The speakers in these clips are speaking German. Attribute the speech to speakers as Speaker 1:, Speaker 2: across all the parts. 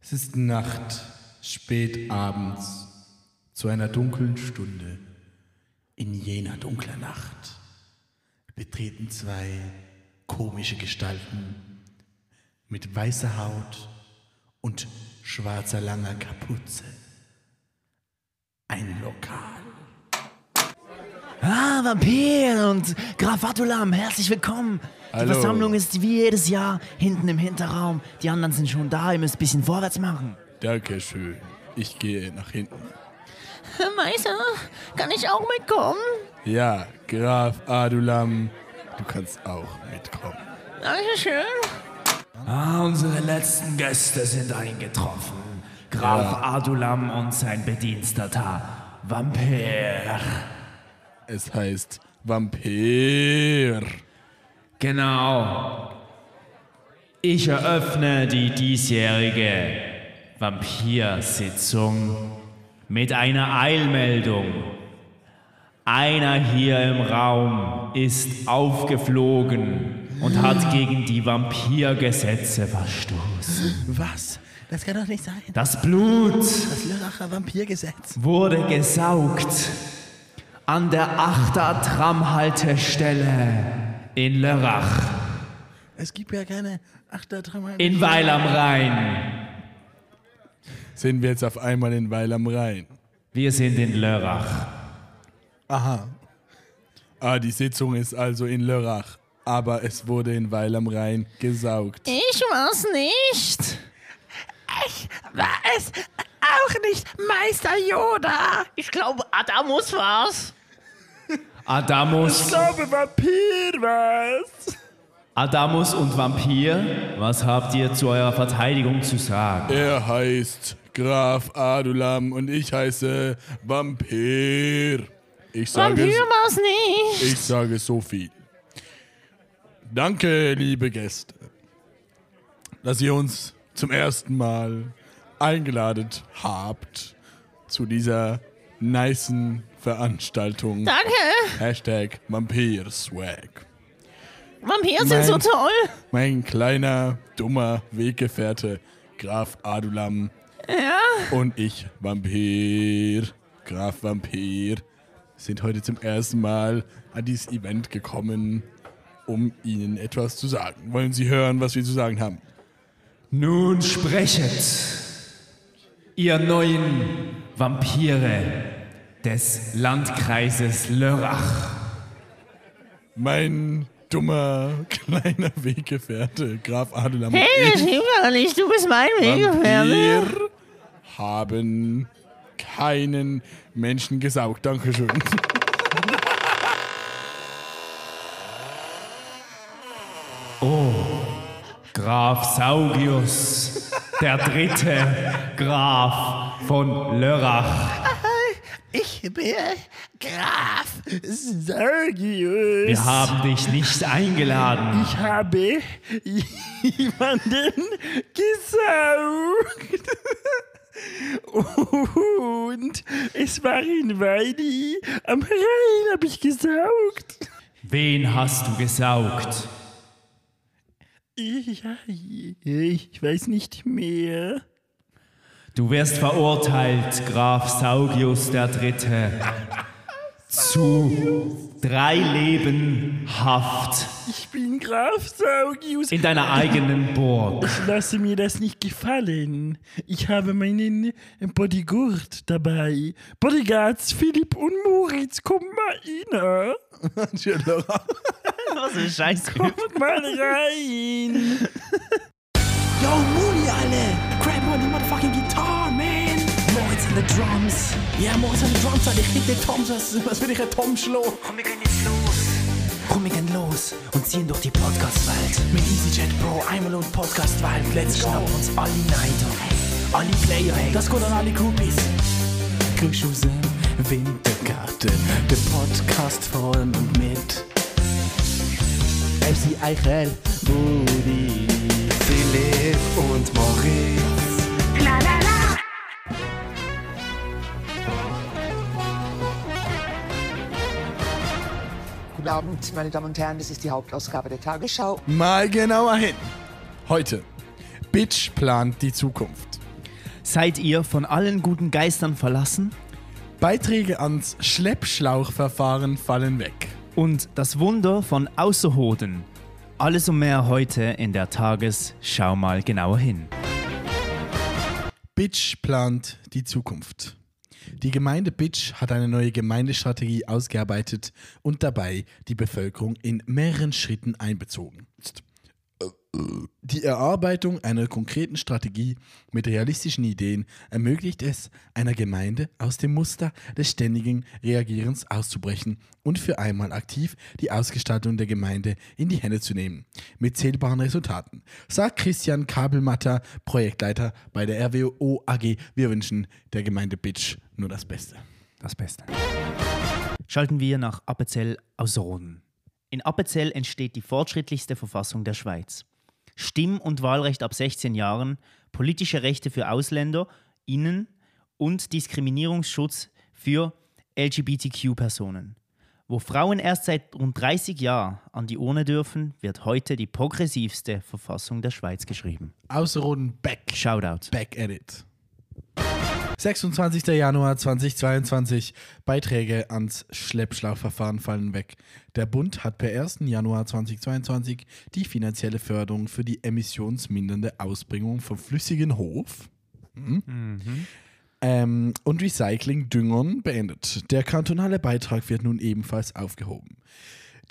Speaker 1: Es ist Nacht, spät abends, zu einer dunklen Stunde. In jener dunklen Nacht betreten zwei komische Gestalten mit weißer Haut und schwarzer langer Kapuze. Ein Lokal.
Speaker 2: Ah, Vampir und Graf Vatulam, herzlich willkommen. Die
Speaker 1: Hallo.
Speaker 2: Versammlung ist wie jedes Jahr hinten im Hinterraum. Die anderen sind schon da, ihr müsst ein bisschen vorwärts machen.
Speaker 1: Dankeschön. Ich gehe nach hinten.
Speaker 2: Herr Meister, kann ich auch mitkommen?
Speaker 1: Ja, Graf Adulam, du kannst auch mitkommen.
Speaker 2: Dankeschön.
Speaker 3: Ah, unsere letzten Gäste sind eingetroffen. Graf Adulam und sein Bediensteter Vampir.
Speaker 1: Es heißt Vampir.
Speaker 3: Genau. Ich eröffne die diesjährige Vampirsitzung mit einer Eilmeldung. Einer hier im Raum ist aufgeflogen und hat gegen die Vampirgesetze verstoßen.
Speaker 1: Was? Das kann doch nicht sein.
Speaker 3: Das Blut
Speaker 1: Das Lörracher Vampirgesetz.
Speaker 3: wurde gesaugt an der Achter Tramhaltestelle in Lörrach
Speaker 1: Es gibt ja keine Achtertrammer.
Speaker 3: in Weil am Rhein.
Speaker 1: Sind wir jetzt auf einmal in Weil am Rhein?
Speaker 3: Wir sind in Lörrach.
Speaker 1: Aha. Ah, die Sitzung ist also in Lörrach. Aber es wurde in Weil am Rhein gesaugt.
Speaker 2: Ich war's nicht.
Speaker 4: war es auch nicht Meister Yoda.
Speaker 2: Ich glaube, Adamus war's.
Speaker 3: Adamus,
Speaker 1: glaube, Vampir was?
Speaker 3: Adamus und Vampir, was habt ihr zu eurer Verteidigung zu sagen?
Speaker 1: Er heißt Graf Adulam und ich heiße Vampir. Ich sage,
Speaker 2: Vampir
Speaker 1: es-
Speaker 2: war's nicht.
Speaker 1: ich sage so viel. Danke, liebe Gäste, dass ihr uns zum ersten Mal eingeladen habt zu dieser nicen Veranstaltung.
Speaker 2: Danke.
Speaker 1: Hashtag Vampir Swag.
Speaker 2: Vampir sind so
Speaker 1: Mein-
Speaker 2: toll.
Speaker 1: Mein kleiner, dummer Weggefährte Graf Adulam
Speaker 2: Ja.
Speaker 1: und ich, Vampir, Graf Vampir, sind heute zum ersten Mal an dieses Event gekommen, um Ihnen etwas zu sagen. Wollen Sie hören, was wir zu sagen haben?
Speaker 3: Nun sprechet, ihr neuen Vampire des Landkreises Lörrach.
Speaker 1: Mein dummer, kleiner Weggefährte Graf Adulam und
Speaker 2: Hey, das
Speaker 1: ich,
Speaker 2: stimmt gar nicht. Du bist mein Weggefährte.
Speaker 1: Vampir, haben keinen Menschen gesaugt. Dankeschön.
Speaker 3: Graf Saugius, der dritte Graf von Lörrach.
Speaker 4: Ich bin Graf Sergius.
Speaker 3: Wir haben dich nicht eingeladen.
Speaker 4: Ich habe jemanden gesaugt. Und es war in Weidi. Am Rhein habe ich gesaugt.
Speaker 3: Wen hast du gesaugt?
Speaker 4: Ich, ich weiß nicht mehr.
Speaker 3: Du wirst verurteilt, Graf Saugius der Dritte, zu drei Leben Haft
Speaker 4: Ich bin Graf Saugius.
Speaker 3: in deiner eigenen Burg.
Speaker 4: Ich lasse mir das nicht gefallen. Ich habe meinen Bodyguard dabei. Bodyguards Philipp und Moritz, komm mal ah. rein.
Speaker 2: Was für ein Scheiß.
Speaker 4: Kommt mal rein.
Speaker 5: Yo, Moody, alle! Crab on the motherfucking guitar, man! Moritz an the drums! Ja, Moritz an the drums, Alter, ich krieg den Tom, was, was will ich ein Tom schlo? Komm, wir gehen jetzt los! Komm, wir gehen los und ziehen durch die Podcast-Welt. Mit EasyJet, Bro, einmal und Podcast-Welt. Let's go! Schnappen uns alle Neider, alle Player, hey, das geht an alle Groupies. Grüß aus dem Wintergarten, der Podcast von und mit. MC Eichel, Moody, Philipp und Moritz.
Speaker 6: Guten Abend, meine Damen und Herren, das ist die Hauptausgabe der Tagesschau.
Speaker 1: Mal genauer hin. Heute. Bitch plant die Zukunft.
Speaker 3: Seid ihr von allen guten Geistern verlassen?
Speaker 7: Beiträge ans Schleppschlauchverfahren fallen weg.
Speaker 3: Und das Wunder von Außerhoden. Alles und mehr heute in der Tagesschau mal genauer hin.
Speaker 7: Bitch plant die Zukunft. Die Gemeinde Bitch hat eine neue Gemeindestrategie ausgearbeitet und dabei die Bevölkerung in mehreren Schritten einbezogen. Die Erarbeitung einer konkreten Strategie mit realistischen Ideen ermöglicht es, einer Gemeinde aus dem Muster des ständigen Reagierens auszubrechen und für einmal aktiv die Ausgestaltung der Gemeinde in die Hände zu nehmen. Mit zählbaren Resultaten, sagt Christian Kabelmatter, Projektleiter bei der RWO AG. Wir wünschen der Gemeinde Bitch nur das Beste.
Speaker 3: Das Beste. Schalten wir nach Appenzell Ausserrhoden. In Appenzell entsteht die fortschrittlichste Verfassung der Schweiz. Stimm- und Wahlrecht ab 16 Jahren, politische Rechte für Ausländer, Innen und Diskriminierungsschutz für LGBTQ-Personen. Wo Frauen erst seit rund 30 Jahren an die Urne dürfen, wird heute die progressivste Verfassung der Schweiz geschrieben.
Speaker 7: Außerroden Beck.
Speaker 3: Shoutout.
Speaker 7: Back at it. 26. Januar 2022. Beiträge ans Schleppschlauchverfahren fallen weg. Der Bund hat per 1. Januar 2022 die finanzielle Förderung für die emissionsmindernde Ausbringung von flüssigen Hof hm, ähm, und Recycling-Düngern beendet. Der kantonale Beitrag wird nun ebenfalls aufgehoben.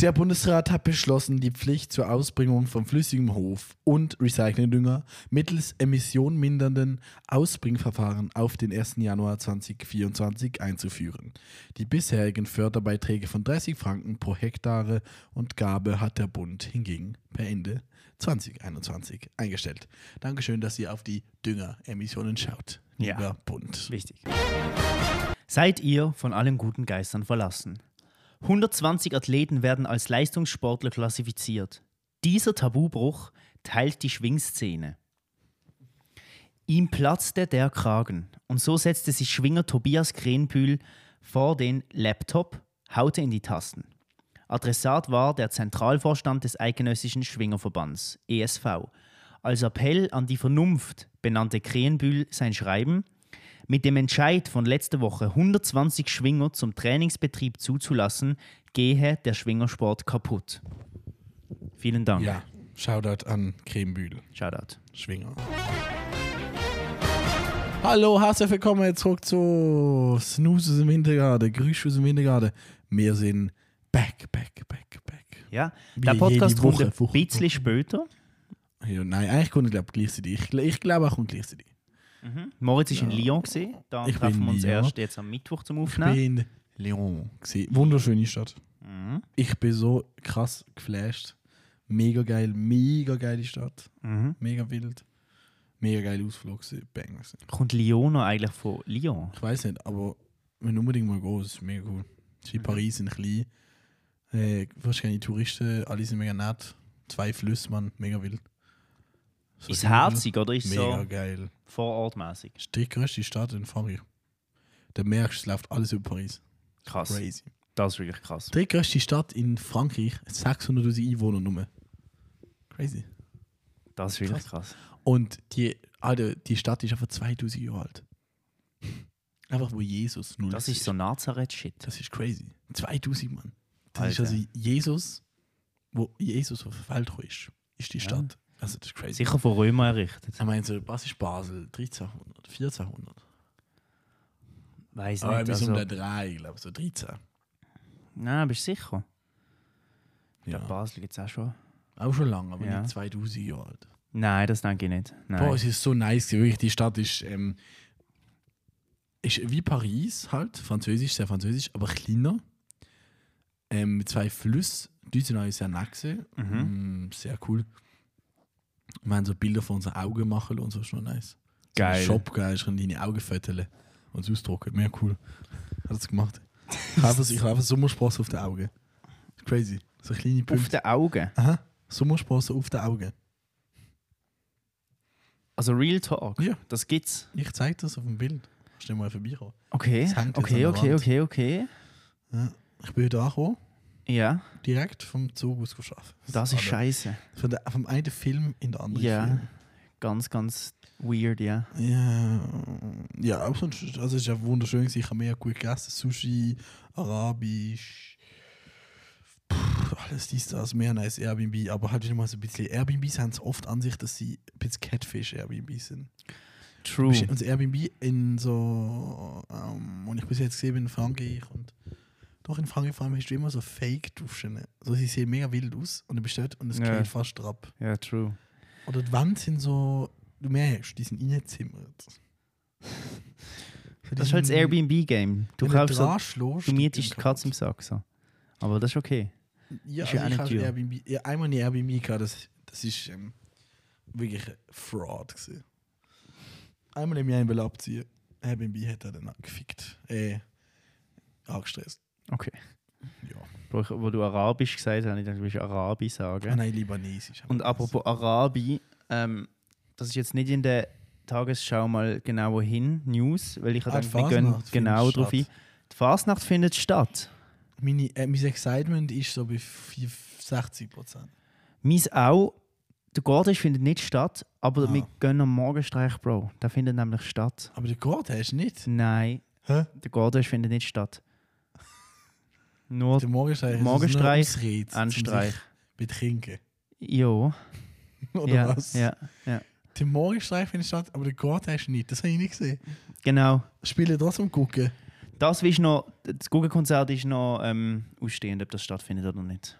Speaker 7: Der Bundesrat hat beschlossen, die Pflicht zur Ausbringung von flüssigem Hof und Recyclingdünger mittels emissionmindernden Ausbringverfahren auf den 1. Januar 2024 einzuführen. Die bisherigen Förderbeiträge von 30 Franken pro Hektare und Gabe hat der Bund hingegen per Ende 2021 eingestellt. Dankeschön, dass ihr auf die Düngeremissionen schaut,
Speaker 3: Ja.
Speaker 7: lieber Bund.
Speaker 3: Wichtig. Seid ihr von allen guten Geistern verlassen? 120 Athleten werden als Leistungssportler klassifiziert. Dieser Tabubruch teilt die Schwingszene. Ihm platzte der Kragen und so setzte sich Schwinger Tobias Krenbühl vor den Laptop, haute in die Tasten. Adressat war der Zentralvorstand des Eidgenössischen Schwingerverbands, ESV. Als Appell an die Vernunft benannte Krenbühl sein Schreiben mit dem Entscheid von letzter Woche, 120 Schwinger zum Trainingsbetrieb zuzulassen, gehe der Schwingersport kaputt. Vielen Dank.
Speaker 7: Ja, Shoutout an Cremebühl.
Speaker 3: Shoutout.
Speaker 7: Schwinger. Hallo, herzlich willkommen zurück zu Snooze im Hintergarten, Grüßschuss im Hintergarten. Wir sind back, back, back, back.
Speaker 3: Ja,
Speaker 7: Wie
Speaker 3: der
Speaker 7: jede
Speaker 3: Podcast kommt ein
Speaker 7: Woche, Woche,
Speaker 3: bisschen
Speaker 7: Woche.
Speaker 3: später.
Speaker 7: Ja, nein, eigentlich kommt, glaube gleichzeitig. Ich, gl- ich glaube, er kommt gleichzeitig.
Speaker 3: Moritz war in Lyon, gewesen. da
Speaker 7: Ich
Speaker 3: treffen
Speaker 7: bin
Speaker 3: wir uns
Speaker 7: Lyon.
Speaker 3: erst jetzt am Mittwoch zum
Speaker 7: Ich bin
Speaker 3: Aufnehmen.
Speaker 7: in Lyon. Gewesen. Wunderschöne Stadt. Ich bin so krass geflasht. Mega geil, mega geile Stadt. Mega wild. Mega geile Ausflug. gewesen. Bang. gewesen.
Speaker 3: Kommt Lyon noch eigentlich von Lyon?
Speaker 7: Ich weiß nicht, aber wenn unbedingt mal groß, ist mega cool. Es ist
Speaker 3: Mhm.
Speaker 7: wie Paris in klein. Äh, wahrscheinlich Touristen, alle sind mega nett. Zwei Flüsse, Mann, mega wild. So
Speaker 3: Ist
Speaker 7: Hügel,
Speaker 3: herzig oder ist
Speaker 7: Mega
Speaker 3: so
Speaker 7: geil.
Speaker 3: vorortmäßig?
Speaker 7: Das ist die größte Stadt in Frankreich. Da merkst du, es läuft alles über Paris.
Speaker 3: Krass.
Speaker 7: Crazy.
Speaker 3: Das ist wirklich krass.
Speaker 7: Die größte Stadt in Frankreich, 600.000 Einwohner nur. Crazy.
Speaker 3: Das ist wirklich krass.
Speaker 7: Und die, Alter, die Stadt ist einfach 2000 Jahre alt. Einfach wo Jesus null
Speaker 3: Das ist so Nazareth-Shit.
Speaker 7: Das ist crazy. 2000 Mann. Das ist
Speaker 3: Alter.
Speaker 7: also Jesus, wo Jesus auf der Welt ist, ist die Stadt. Also das ist crazy.
Speaker 3: Sicher von Römer errichtet.
Speaker 7: Ich meine, so, was ist Basel? 1300, 1400?
Speaker 3: Weiß
Speaker 7: Aber
Speaker 3: nicht.
Speaker 7: bis um
Speaker 3: Also,
Speaker 7: der 3, glaube ich, so 13.
Speaker 3: nein, bist du sicher? Ja.
Speaker 7: Ja.
Speaker 3: Basel gibt es auch schon.
Speaker 7: Auch schon lange, aber
Speaker 3: Ja.
Speaker 7: nicht 2000 Jahre alt.
Speaker 3: Nein, das denke ich nicht. Nein.
Speaker 7: Boah, es ist so nice, gewesen, wirklich. Die Stadt ist, ähm, ist wie Paris halt, französisch, sehr französisch, aber kleiner. Ähm, mit zwei Flüssen. Die sind auch sehr nah gewesen.
Speaker 3: Mhm.
Speaker 7: Mm, Sehr cool. Wir haben so Bilder von unseren Augen machen und so, ist schon nice.
Speaker 3: Geil.
Speaker 7: Shop geil, ich kann deine Augen föteln und es ausdrucken. Mehr cool. Hat es gemacht. Ich habe einfach- ich habe einfach Sommersprossen auf den Augen. Crazy. So kleine
Speaker 3: Auf
Speaker 7: Punkte.
Speaker 3: den Augen.
Speaker 7: Aha. Sommersprossen auf den Augen.
Speaker 3: Also Real Talk.
Speaker 7: Ja.
Speaker 3: Das gibt's.
Speaker 7: Ich zeige das auf dem Bild. Stell mal vorbeikommen.
Speaker 3: Okay.
Speaker 7: Das hängt jetzt
Speaker 3: Okay,
Speaker 7: an der
Speaker 3: okay,
Speaker 7: Wand.
Speaker 3: okay, okay.
Speaker 7: Ich bin heute angekommen,
Speaker 3: Ja,
Speaker 7: direkt vom Zug aus Also, geschafft.
Speaker 3: das ist scheiße.
Speaker 7: Von der, vom einen Film in den anderen
Speaker 3: Ja.
Speaker 7: Film.
Speaker 3: Ganz, ganz weird, ja.
Speaker 7: Ja, ja, aber sonst, also es ist ja wunderschön. gewesen. Ich habe mega gut gegessen. Sushi, Arabisch, pff, alles dies, das, mehr nice Airbnb. Aber halt wieder mal so ein bisschen. Airbnbs haben es oft an sich, dass sie ein bisschen Catfish-Airbnb sind.
Speaker 3: True.
Speaker 7: Bist- Und das Airbnb in so, ähm, und ich bis jetzt gesehen bin in Frankreich und doch in Frankreich vor allem hast du immer so Fake-Duschen. So, sie sehen mega wild aus und du bist dort und es
Speaker 3: Ja.
Speaker 7: geht fast ab.
Speaker 3: Ja, true.
Speaker 7: Oder die Wände sind so, du merkst, die sind reingezimmert.
Speaker 3: Das ist halt das Airbnb-Game. Du kaufst so,
Speaker 7: schlägst,
Speaker 3: du mietest die Katze im Sack. So. Aber das ist okay.
Speaker 7: Ja,
Speaker 3: Ist
Speaker 7: also
Speaker 3: ja auch
Speaker 7: ich
Speaker 3: nicht
Speaker 7: habe
Speaker 3: teuer.
Speaker 7: Airbnb, ja, einmal eine Airbnb gehabt, das, das ist ähm, wirklich ein Fraud gewesen. Einmal im Jahr einen will abziehen. Airbnb hat er dann gefickt. Äh, angestresst.
Speaker 3: Okay.
Speaker 7: Ja.
Speaker 3: Wo, ich, wo du Arabisch gesagt hast, habe ich gedacht, du willst Arabi sagen.
Speaker 7: Ah, nein, Libanesisch.
Speaker 3: Und apropos Arabi, ähm, das ist jetzt nicht in der Tagesschau mal genauer hin, News, weil ich
Speaker 7: Ah,
Speaker 3: habe
Speaker 7: die
Speaker 3: gedacht, wir gehen
Speaker 7: Fasnacht
Speaker 3: genau
Speaker 7: findet
Speaker 3: drauf ein.
Speaker 7: statt.
Speaker 3: Die Fasnacht findet statt.
Speaker 7: Meine, äh, mein Excitement ist so bei 4, 60 Prozent.
Speaker 3: Meins auch, der Gordisch findet nicht statt, aber
Speaker 7: Ah.
Speaker 3: wir gehen am Morgenstreich, Bro. Der findet nämlich statt.
Speaker 7: Aber den Gott hast du nicht.
Speaker 3: Nein,
Speaker 7: Hä?
Speaker 3: der Gordisch findet nicht statt. Nur
Speaker 7: Der Morgenstreich ist
Speaker 3: Morgenstreich,
Speaker 7: es nur Ausrede,
Speaker 3: ein
Speaker 7: um sich
Speaker 3: Streich.
Speaker 7: Betrinken.
Speaker 3: Jo.
Speaker 7: Oder
Speaker 3: Ja,
Speaker 7: was?
Speaker 3: ja, ja.
Speaker 7: Der Morgenstreich findet statt, aber den Gott hast du nicht. Das habe ich nicht gesehen.
Speaker 3: Genau.
Speaker 7: Spiele trotzdem gucken.
Speaker 3: Das ist noch, das Guggenkonzert ist noch ähm, ausstehend, ob das stattfindet oder nicht.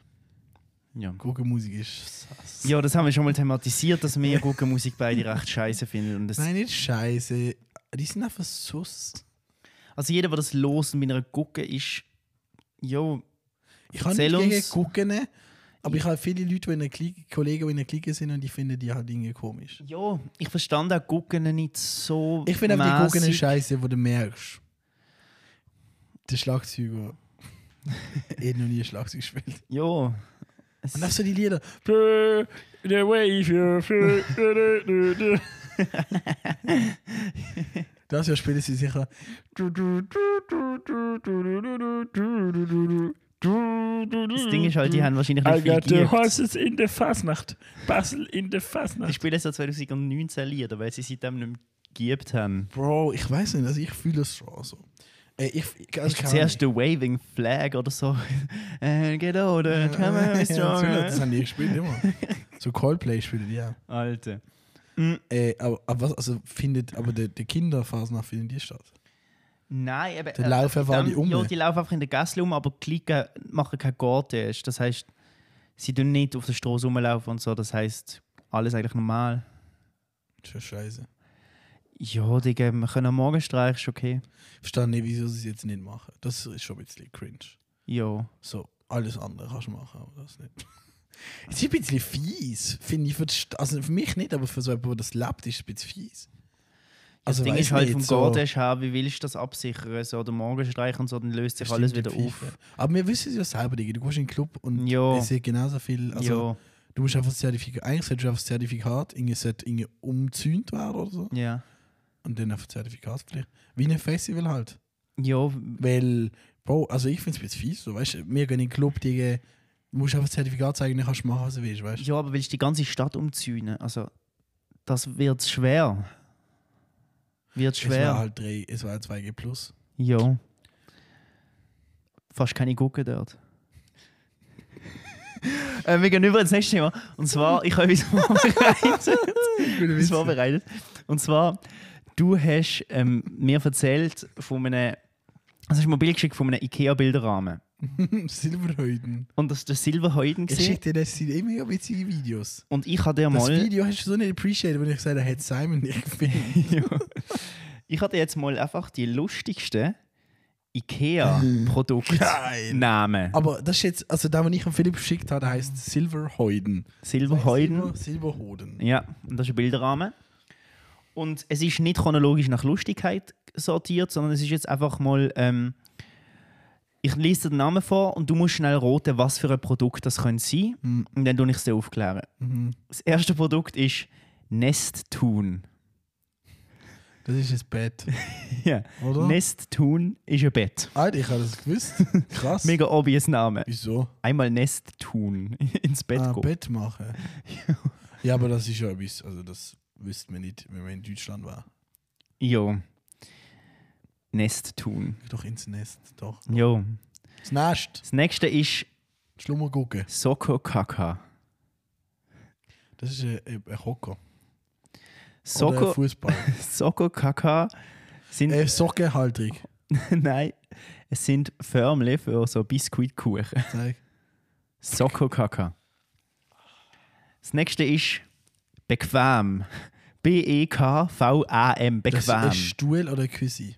Speaker 3: Ja.
Speaker 7: Gucken Musik ist sass.
Speaker 3: Ja, das haben wir schon mal thematisiert, dass wir Guggenmusik beide recht scheiße finden. Und das,
Speaker 7: Nein, nicht scheiße. Die sind einfach sus.
Speaker 3: also jeder, der das los und bei einer Gugge ist, jo,
Speaker 7: Ich kann
Speaker 3: Erzähl
Speaker 7: nicht gegen
Speaker 3: uns.
Speaker 7: gucken, aber ich habe viele Leute, die in der Klick, Kollegen, die in der Clique sind und ich finde die halt irgendwie komisch.
Speaker 3: jo, ich verstand auch Guggen nicht so.
Speaker 7: Ich finde aber die
Speaker 3: mässig.
Speaker 7: Gucken scheiße, wo du merkst. Der Schlagzeuger. eh noch nie Schlagzeug gespielt.
Speaker 3: Jo. Es,
Speaker 7: Und auch so die Lieder.
Speaker 8: The wave, you feel- du, du, du, du.
Speaker 7: Das Jahr spielen sie sicher.
Speaker 8: Du, du, du, du, du, du, du, du, du, du, du, du. Du, du, du,
Speaker 3: das Ding ist halt, die
Speaker 7: Mhm.
Speaker 8: du.
Speaker 3: haben wahrscheinlich
Speaker 8: I
Speaker 3: nicht viel
Speaker 8: got the
Speaker 3: geübt.
Speaker 8: horses in der Fasnacht. Basel in der
Speaker 3: Die
Speaker 8: Fasnacht.
Speaker 3: spielen seit 2019 Lieder, weil sie seitdem nicht mehr geübt haben.
Speaker 7: Bro, ich weiß nicht, also ich fühle es schon so. Äh, ich, also,
Speaker 3: Ist zuerst der Waving Flag oder so. And get older, come on, be
Speaker 7: Das
Speaker 3: stronger.
Speaker 7: haben die gespielt immer. So Coldplay spielen die auch.
Speaker 3: Alter.
Speaker 7: Äh, aber, aber was, also findet, aber der, der Kinderphasenach findet die statt.
Speaker 3: Nein, aber.
Speaker 7: Dann laufen einfach alle um.
Speaker 3: Ja, die laufen einfach in der Gasse um, aber die Klicken machen keinen Gortisch. Das heisst, sie tun nicht auf der Straße rumlaufen und so. Das heisst, alles eigentlich normal.
Speaker 7: Das ist ja scheiße.
Speaker 3: Ja, Digga, wir können am Morgen streichen, ist okay.
Speaker 7: Ich verstehe nicht, wieso sie es jetzt nicht machen. Das ist schon ein bisschen cringe.
Speaker 3: Ja.
Speaker 7: So, alles andere kannst du machen, aber das nicht. Es ist ein bisschen fies, finde ich. Für die St- also für mich nicht, aber für so jemanden, der das lebt, ist es ein bisschen fies. Also
Speaker 3: das Ding
Speaker 7: weiss
Speaker 3: ist halt
Speaker 7: nicht,
Speaker 3: vom
Speaker 7: so-
Speaker 3: Gortisch her, wie willst du das absichern? So, der Morgenstreich und so, dann löst sich
Speaker 7: Stimmt,
Speaker 3: alles
Speaker 7: die
Speaker 3: wieder
Speaker 7: Pfeife.
Speaker 3: auf.
Speaker 7: Aber wir wissen es ja selber, Digga. Du gehst in den Club und
Speaker 3: Ja.
Speaker 7: es sind genauso viel. Also,
Speaker 3: ja.
Speaker 7: du musst einfach das Zertifikat. Eigentlich solltest du einfach das Zertifikat, irgendwie sollte irgendwie umzäunt werden oder so.
Speaker 3: Ja.
Speaker 7: Und dann auf das Zertifikat vielleicht. Wie ein Festival halt.
Speaker 3: Ja,
Speaker 7: Weil, Bro, also ich finde es ein bisschen fies. So, weißt, du, wir gehen in den Club, Digga, du musst einfach das Zertifikat zeigen, dann kannst du machen, was du willst. Weißt. du.
Speaker 3: Ja, aber willst du die ganze Stadt umziehen? Also, das wird schwer. Wird
Speaker 7: Es war
Speaker 3: schwer.
Speaker 7: halt drei, es war 2G plus.
Speaker 3: Ja. Fast keine Gucke dort. äh, wir gehen über ins nächste Thema. Und zwar, ich habe etwas vorbereitet. etwas vorbereitet. Und zwar, du hast ähm, mir erzählt von einem, also hast du mir ein Bild geschickt von einem IKEA-Bilderrahmen.
Speaker 7: Silberhäuten.
Speaker 3: Und das war der Silberhäuten.
Speaker 7: Ich
Speaker 3: gewesen.
Speaker 7: schicke dir, das sind eh mega witzige Videos.
Speaker 3: Und ich habe dir
Speaker 7: Das
Speaker 3: mal.
Speaker 7: Video hast du so nicht appreciated, wenn ich gesagt habe, hat Simon nicht gefilmt.
Speaker 3: Ja. Ich hatte jetzt mal einfach die lustigsten
Speaker 7: Äh.
Speaker 3: IKEA-Produktnamen.
Speaker 7: Aber das ist jetzt, also da, was ich an Philipp geschickt habe, heißt Silberhäuten.
Speaker 3: Silberhäuden.
Speaker 7: Silber, Silberhoden.
Speaker 3: Ja, und das ist ein Bilderrahmen. Und es ist nicht chronologisch nach Lustigkeit sortiert, sondern es ist jetzt einfach mal. Ähm, ich lese dir den Namen vor und du musst schnell roten, was für ein Produkt das könnte sein. Und dann tue ich es dir aufklären. Das erste Produkt ist Nesttun.
Speaker 7: Das ist ein Bett.
Speaker 3: Ja.
Speaker 7: Oder?
Speaker 3: Nesttun ist ein Bett.
Speaker 7: Alter, ich habe das gewusst. Krass.
Speaker 3: Mega obvious Name.
Speaker 7: Wieso?
Speaker 3: einmal Nest tun, ins Bett
Speaker 7: Ah,
Speaker 3: gucken.
Speaker 7: Bett machen. ja, aber das ist ja etwas, also das Wüssten wir nicht, wenn wir in Deutschland war.
Speaker 3: Jo. Nest tun.
Speaker 7: Doch ins Nest, doch.
Speaker 3: Jo.
Speaker 7: Das Nest.
Speaker 3: Das nächste ist
Speaker 7: Schlummer gucken.
Speaker 3: Soko Kaka.
Speaker 7: Das ist äh, äh, ein Hocker. Oder ein
Speaker 3: Soko,
Speaker 7: Fußball.
Speaker 3: Soko Kaka sind.
Speaker 7: äh, Sockenhaltung.
Speaker 3: Nein, es sind Förmchen für so Biskuitkuchen.
Speaker 7: Zeig.
Speaker 3: Soko Kaka. Das nächste ist bequem. E B-E-K-V-A-M.
Speaker 7: Das ist ein
Speaker 3: Bequem.
Speaker 7: Stuhl oder ein Küssi.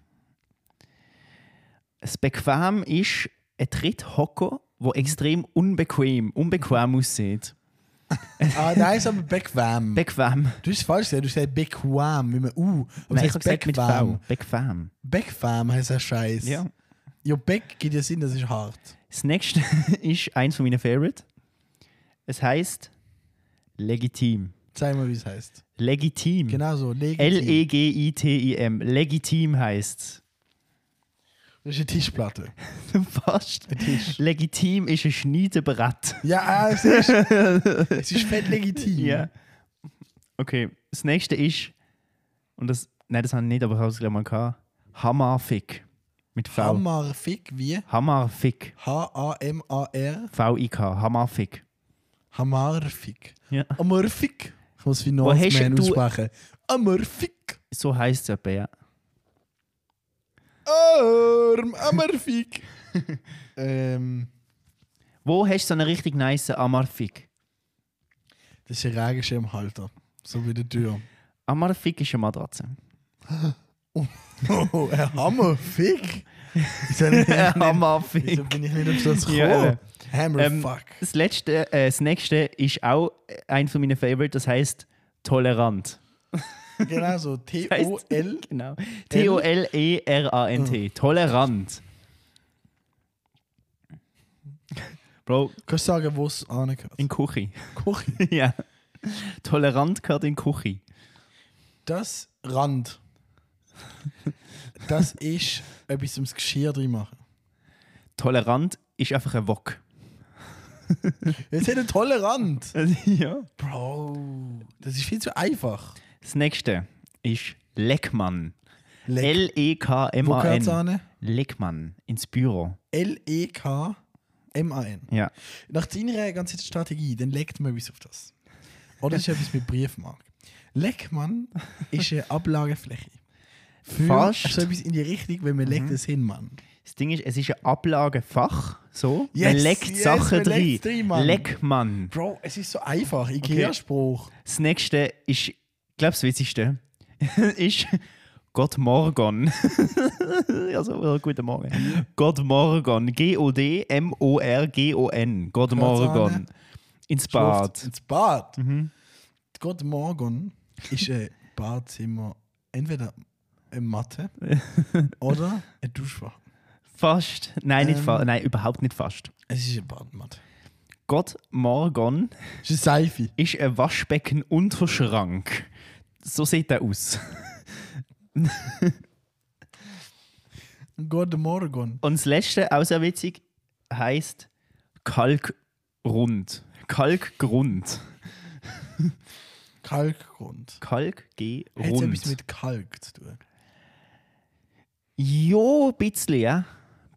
Speaker 3: Das Bequem ist ein Tritthocker, der extrem unbequem, unbequem aussieht.
Speaker 7: Ah, nein, ist aber bequem.
Speaker 3: Bequem.
Speaker 7: du hast falsch gesagt, du hast gesagt bequem, wie man U. Aber
Speaker 3: Nein, ich
Speaker 7: es
Speaker 3: hab
Speaker 7: heißt
Speaker 3: gesagt mit V.
Speaker 7: bequem.
Speaker 3: Bequem.
Speaker 7: Bequem heißt ein Scheiß.
Speaker 3: Ja.
Speaker 7: Ja, Beck geht ja Sinn, das ist hart.
Speaker 3: Das nächste ist eins von meinen Favorite. Es heißt legitim.
Speaker 7: Zeig mal, wie es heißt.
Speaker 3: Legitim.
Speaker 7: Genau so.
Speaker 3: E
Speaker 7: Legitim.
Speaker 3: L-E-G-I-T-I-M. Legitim heißt
Speaker 7: Das ist eine Tischplatte.
Speaker 3: Fast.
Speaker 7: Tisch.
Speaker 3: Legitim ist ein Schneidebrett.
Speaker 7: Ja, ah, es ist, es ist fett legitim.
Speaker 3: Ja. Okay, das nächste ist. Und das. Nein, das haben wir nicht, aber ich habe es gleich mal gehabt. Hammerfick. Mit V.
Speaker 7: Hammerfick wie?
Speaker 3: Hammerfick.
Speaker 7: H-A-M-A-R.
Speaker 3: V-I-K. Hammerfick.
Speaker 7: Hammerfick.
Speaker 3: Ja.
Speaker 7: Amorphik. Ich muss wie
Speaker 3: hast
Speaker 7: Northman
Speaker 3: du-
Speaker 7: aussprechen. Amorphik.
Speaker 3: So heißt es etwa, ja.
Speaker 7: Arm. Amorphik. ähm,
Speaker 3: Wo hast du so einen richtig nice Amarfik?
Speaker 7: das ist ein Regenschirmhalter. So wie die Tür.
Speaker 3: Amarfik ist eine Matratze.
Speaker 7: Oh, ein Hammerfick. Ist ja nicht- Wieso
Speaker 3: Amarfik.
Speaker 7: bin ich nicht auf das gekommen?
Speaker 3: Ja, eben. Ähm,
Speaker 7: Hammerfuck.
Speaker 3: das, letzte, äh, das nächste ist auch ein von meinen Favorites, das heißt tolerant. Ähm,
Speaker 7: genau so. T-O-L.
Speaker 3: Genau. E T-O-L-E-R-A-N-T.
Speaker 7: Ah.
Speaker 3: Tolerant. Bro,
Speaker 7: Kannst du sagen, wo es angehört?
Speaker 3: in die Küche.
Speaker 7: Küche.
Speaker 3: ja. Tolerant gehört in die Küche.
Speaker 7: Das Rand. Das ist etwas ums Geschirr drin machen.
Speaker 3: Tolerant ist einfach ein Wok.
Speaker 7: Jetzt hat er einen tollen Rand.
Speaker 3: ja.
Speaker 7: Bro, das ist viel zu einfach.
Speaker 3: Das nächste ist Leckmann. E
Speaker 7: Leck. Wo gehört's
Speaker 3: L-E-K-M-A-N.
Speaker 7: an? E
Speaker 3: Leckmann ins Büro.
Speaker 7: L-E-K-M-A-N.
Speaker 3: Ja.
Speaker 7: Nach deiner ganzen Strategie, dann legt man etwas auf das. Oder ist etwas mit Briefmarke. Leckmann ist eine Ablagefläche. Für
Speaker 3: Fast.
Speaker 7: so etwas in die Richtung, wenn man legt es hin, Mann.
Speaker 3: Das Ding ist, es ist ein Ablagefach. So. man
Speaker 7: Yes,
Speaker 3: leckt
Speaker 7: yes,
Speaker 3: Sachen
Speaker 7: man
Speaker 3: drin.
Speaker 7: leckt's drin, Mann.
Speaker 3: Leckmann.
Speaker 7: Bro, es ist so einfach. Ikea-Spruch.
Speaker 3: Das nächste ist, ich glaube, das Witzigste ist Gott Morgon. also, oder guten Morgen. Gott Morgon. G-O-D-M-O-R-G-O-N. Gott Morgon.
Speaker 7: an.
Speaker 3: Ins
Speaker 7: Bad. Mhm.
Speaker 3: Bad.
Speaker 7: Ins Bad. Guten Morgen ist äh, ein Badzimmer entweder eine Matte oder eine Duschwache.
Speaker 3: Fast. Nein, nicht
Speaker 7: Ähm.
Speaker 3: fa Nein, überhaupt nicht fast.
Speaker 7: Es ist eine Badmatte.
Speaker 3: Gott Morgon
Speaker 7: Es ist eine Seife.
Speaker 3: ist ein Waschbecken-Unterschrank. So sieht er aus.
Speaker 7: Guten Morgen.
Speaker 3: Und das letzte, auch sehr witzig, heißt Kalkrund. Kalkgrund.
Speaker 7: Kalkgrund.
Speaker 3: Kalk G
Speaker 7: Hat es etwas
Speaker 3: rund.
Speaker 7: mit Kalk zu tun?
Speaker 3: Jo, bitzli, ja.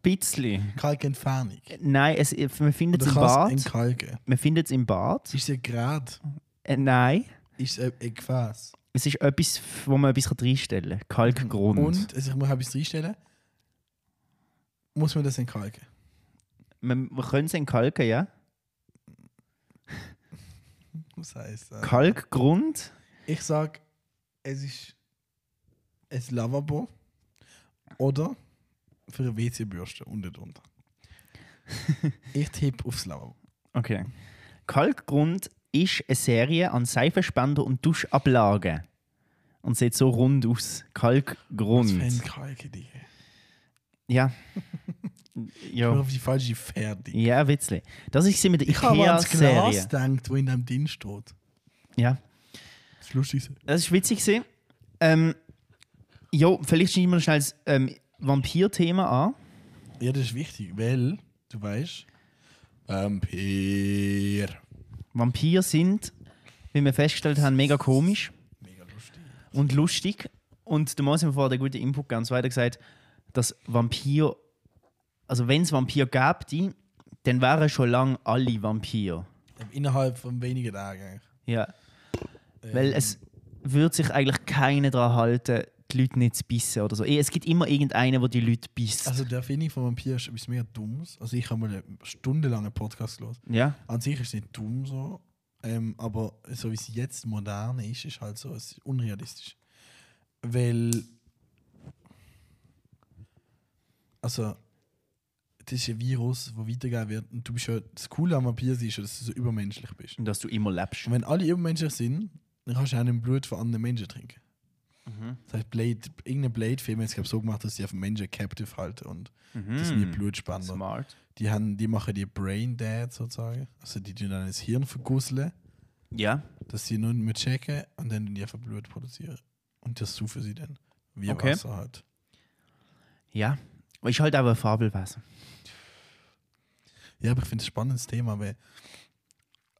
Speaker 3: Bitzli.
Speaker 7: Kalkentfernung.
Speaker 3: Nein, es, man findet es
Speaker 7: Oder
Speaker 3: im
Speaker 7: kann es
Speaker 3: Bad.
Speaker 7: entkalken?
Speaker 3: Man findet es im Bad.
Speaker 7: Ist es ein Grad?
Speaker 3: Äh, nein,
Speaker 7: Ist es ein- ein Gefäß?
Speaker 3: es ist etwas, wo man etwas reinstellen kann. Kalkgrund.
Speaker 7: Und, also ich muss etwas reinstellen, muss man das entkalken?
Speaker 3: Man, man könnte es entkalken, ja.
Speaker 7: Was heißt das?
Speaker 3: Kalkgrund.
Speaker 7: Ich sag, es ist ein Lavabo oder für eine WC-Bürste unten drunter. ich tippe aufs Lavabo.
Speaker 3: Okay. Kalkgrund ist eine Serie an Seifenspender und Duschablagen. Und sieht so rund aus.
Speaker 7: Sven
Speaker 3: Kalkgrund.
Speaker 7: Kalke, Digga.
Speaker 3: Ja.
Speaker 7: Ich bin
Speaker 3: ja.
Speaker 7: auf die falsche Pferde.
Speaker 3: Ja, witzli. Das ist sie mit der
Speaker 7: Ich habe ans Glas
Speaker 3: IKEA-Serie.
Speaker 7: gedacht, wo in dem Ding steht.
Speaker 3: Ja.
Speaker 7: Das ist lustig.
Speaker 3: Das war witzig. gewesen. Ähm, jo, vielleicht schneiden wir noch schnell das ähm, Vampir-Thema an.
Speaker 7: Ja, das ist wichtig, weil, du weißt, Vampir.
Speaker 3: Vampir sind, wie wir festgestellt haben, mega komisch. und lustig. Und der Mosim war der gute Input ganz weiter gesagt, dass Vampir, also wenn es Vampir gab, die, dann wären schon lang alle Vampir.
Speaker 7: Innerhalb von wenigen Tagen.
Speaker 3: Ja. Weil es würde sich eigentlich keiner daran halten, die Leute nicht zu bissen oder so. Eh, Es gibt immer irgendeinen, der die Leute bisst.
Speaker 7: Also der Erfindung von Vampir ist etwas mega Dummes. Also ich habe mal einen stundenlangen Podcast gehört.
Speaker 3: ja.
Speaker 7: An sich ist es nicht dumm so, ähm, aber so wie es jetzt modern ist, ist halt so, es ist unrealistisch. Weil. Also, das ist ein Virus, wo weitergehen wird. Und du bist ja, das Coole am Vampir ist ja, dass du so übermenschlich bist.
Speaker 3: Und dass du immer lebst.
Speaker 7: Und wenn alle übermenschlich sind, dann kannst du auch nicht Blut von anderen Menschen trinken. Das heißt, Blade, irgendein Blade-Film hat es glaub ich, so gemacht, dass sie auf den Menschen captive halten und das sind die Blutspender
Speaker 3: Smart.
Speaker 7: die, haben, die machen die Brain Dead sozusagen. Also die tun dann das Hirn vergusseln,
Speaker 3: Ja.
Speaker 7: dass sie nur mehr checken und dann tun die einfach Blut produzieren. Und das saufen sie dann. Wie
Speaker 3: Okay.
Speaker 7: Wasser halt.
Speaker 3: Ja. Aber Ist halt auch ein Fabelwesen.
Speaker 7: Ja, aber ich finde es ein spannendes Thema, weil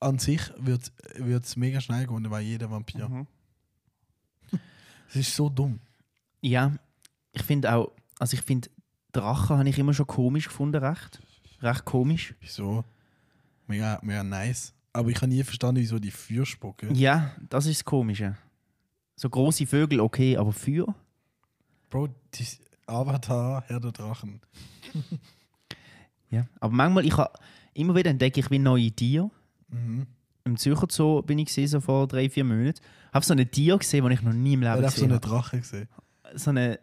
Speaker 7: an sich wird es mega schnell gehen, weil jeder Vampir.
Speaker 3: Mhm.
Speaker 7: Es ist so dumm.
Speaker 3: Ja, ich finde auch, also ich finde, Drachen habe ich immer schon komisch gefunden, recht. Recht komisch.
Speaker 7: Wieso? Mega, mega nice. Aber ich habe nie verstanden, wieso die Feuer spucken.
Speaker 3: Ja, das ist das Komische. So große Vögel, okay, aber Feuer?
Speaker 7: Bro, die Avatar, Herr der Drachen.
Speaker 3: Ja. Aber manchmal, ich habe immer wieder entdecke ich wie neue Tiere.
Speaker 7: Mhm.
Speaker 3: Im Zürcher Zoo bin ich gesehen, so vor drei, vier Monaten. Habe so ein Tier gesehen, das ich noch nie im
Speaker 7: Ich
Speaker 3: Leben
Speaker 7: habe so
Speaker 3: gesehen
Speaker 7: einen
Speaker 3: habe.
Speaker 7: Drachen gesehen.
Speaker 3: So eine,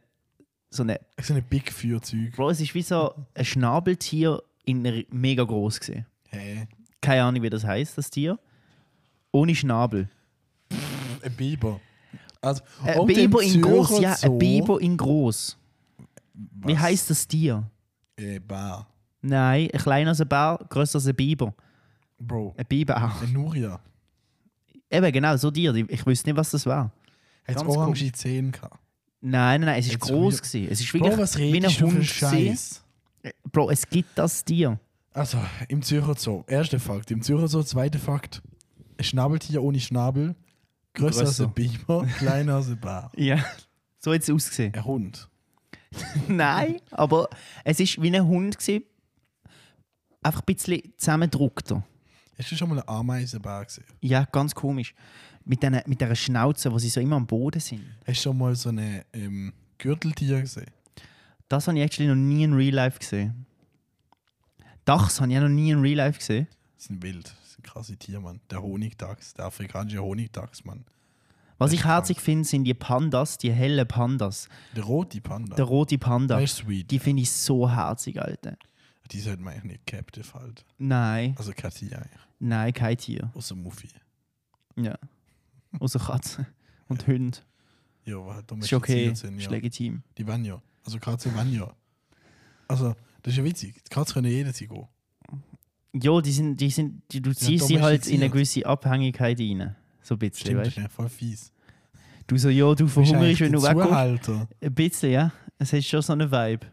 Speaker 3: so eine,
Speaker 7: So ein Big Feuerzeug.
Speaker 3: Bro, es ist wie so ein Schnabeltier in r- mega groß gesehen.
Speaker 7: Hey.
Speaker 3: Keine Ahnung, wie das heißt, das Tier. Ohne Schnabel.
Speaker 7: Ein Biber. Also,
Speaker 3: Ein
Speaker 7: und
Speaker 3: Biber
Speaker 7: im
Speaker 3: in groß,
Speaker 7: Zürcher
Speaker 3: ja,
Speaker 7: Zoo-
Speaker 3: ein Biber in groß. Wie
Speaker 7: Was?
Speaker 3: heißt das Tier?
Speaker 7: Äh, Bär.
Speaker 3: Nein, ein kleiner als ein Bär, größer als ein Biber.
Speaker 7: Bro.
Speaker 3: Ein Biber auch.
Speaker 7: Ein Nuria.
Speaker 3: Eben, genau, so Tier. Die- Ich wüsste nicht, was das war.
Speaker 7: Hat
Speaker 3: Ganz
Speaker 7: orange Zähne gehabt.
Speaker 3: Nein, nein, nein, es ist
Speaker 7: Jetzt
Speaker 3: groß
Speaker 7: wir-
Speaker 3: gewesen. Es ist wirklich
Speaker 7: Bro, was
Speaker 3: wie
Speaker 7: redest
Speaker 3: ein
Speaker 7: du für
Speaker 3: Hund
Speaker 7: einen
Speaker 3: gewesen.
Speaker 7: Scheiß?
Speaker 3: Bro, es gibt das Tier.
Speaker 7: Also, im Zürcher Zoo. Erster Fakt. Im Zürcher Zoo, zweiter Fakt. Ein Schnabeltier ohne Schnabel. Größer als ein Biber, kleiner als ein Bär.
Speaker 3: Ja. So hat es ausgesehen.
Speaker 7: Ein Hund.
Speaker 3: nein, aber es ist wie ein Hund gewesen. Einfach ein bisschen zusammengedruckter.
Speaker 7: Hast du schon mal einen Ameisenbär gesehen?
Speaker 3: Ja, ganz komisch. Mit dieser mit dieser Schnauze, wo sie so immer am Boden sind.
Speaker 7: Hast du schon mal so ein ähm, Gürteltier gesehen?
Speaker 3: Das habe ich actually noch nie in Real Life gesehen. Dachs habe ich auch noch nie in Real Life gesehen.
Speaker 7: Das sind wild. Das sind krasse Tiere, Mann. Der Honigdachs. Der afrikanische Honigdachs, Mann.
Speaker 3: Was ich herzig finde, sind die Pandas, die hellen Pandas.
Speaker 7: Der rote Panda.
Speaker 3: Der rote Panda.
Speaker 7: Der ist sweet.
Speaker 3: Die finde ich so herzig, Alter.
Speaker 7: Die sollten wir eigentlich nicht captive halten.
Speaker 3: Nein,
Speaker 7: Also Katja eigentlich.
Speaker 3: nein, kein Tier.
Speaker 7: Außer Muffi.
Speaker 3: Ja. Außer Katzen und Hunde.
Speaker 7: Ja, aber halt
Speaker 3: Ist okay,
Speaker 7: domestiziert sind.
Speaker 3: ist
Speaker 7: Ja.
Speaker 3: legitim.
Speaker 7: Die waren ja. Also Katzen waren ja. Also, das ist ja witzig. Die Katzen können jederzeit gehen.
Speaker 3: Ja, die sind, die sind, die, du ziehst sie halt in eine gewisse Abhängigkeit rein. So ein bisschen,
Speaker 7: Stimmt, das
Speaker 3: weißt
Speaker 7: ist ja voll fies.
Speaker 3: du? Du so, ja, du
Speaker 7: Bist
Speaker 3: verhungerst,
Speaker 7: eigentlich
Speaker 3: wenn du
Speaker 7: der
Speaker 3: wegkommst.
Speaker 7: Zuhalter.
Speaker 3: Ein bisschen, ja. Es hat schon so einen Vibe.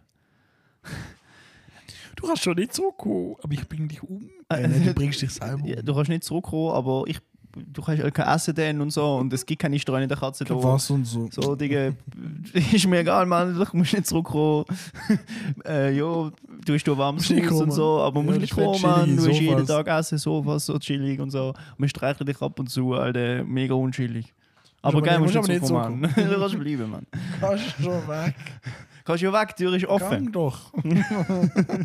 Speaker 4: Du kannst schon nicht zurückkommen, aber ich bring dich um.
Speaker 7: Äh, nein, du bringst dich selber um.
Speaker 3: Ja, du kannst nicht zurückkommen, aber ich, du kannst halt kein Essen dann und so und es gibt keine streunende Katze da.
Speaker 7: Was und so.
Speaker 3: So, Digga, ist mir egal, Mann, du musst nicht zurückkommen. äh, jo, du bist du warm
Speaker 7: Musst nicht
Speaker 3: und
Speaker 7: kommen.
Speaker 3: so, aber
Speaker 7: Ja,
Speaker 3: musst
Speaker 7: das
Speaker 3: nicht
Speaker 7: fett
Speaker 3: kommen, Mann. Du
Speaker 7: chillige
Speaker 3: hast jeden
Speaker 7: Sofas.
Speaker 3: Tag Essen, Sofas, so chillig und so. Wir streicheln dich ab und zu, Alter, mega unchillig. Aber
Speaker 7: aber
Speaker 3: geil, musst
Speaker 7: nicht-
Speaker 3: du
Speaker 7: musst aber
Speaker 3: nicht
Speaker 7: nicht
Speaker 3: zurückkommen, Mann. du kannst bleiben, Mann.
Speaker 7: Kannst schon weg.
Speaker 3: Kannst ja weg, die Tür ist
Speaker 7: Gang
Speaker 3: offen.
Speaker 7: doch. Dann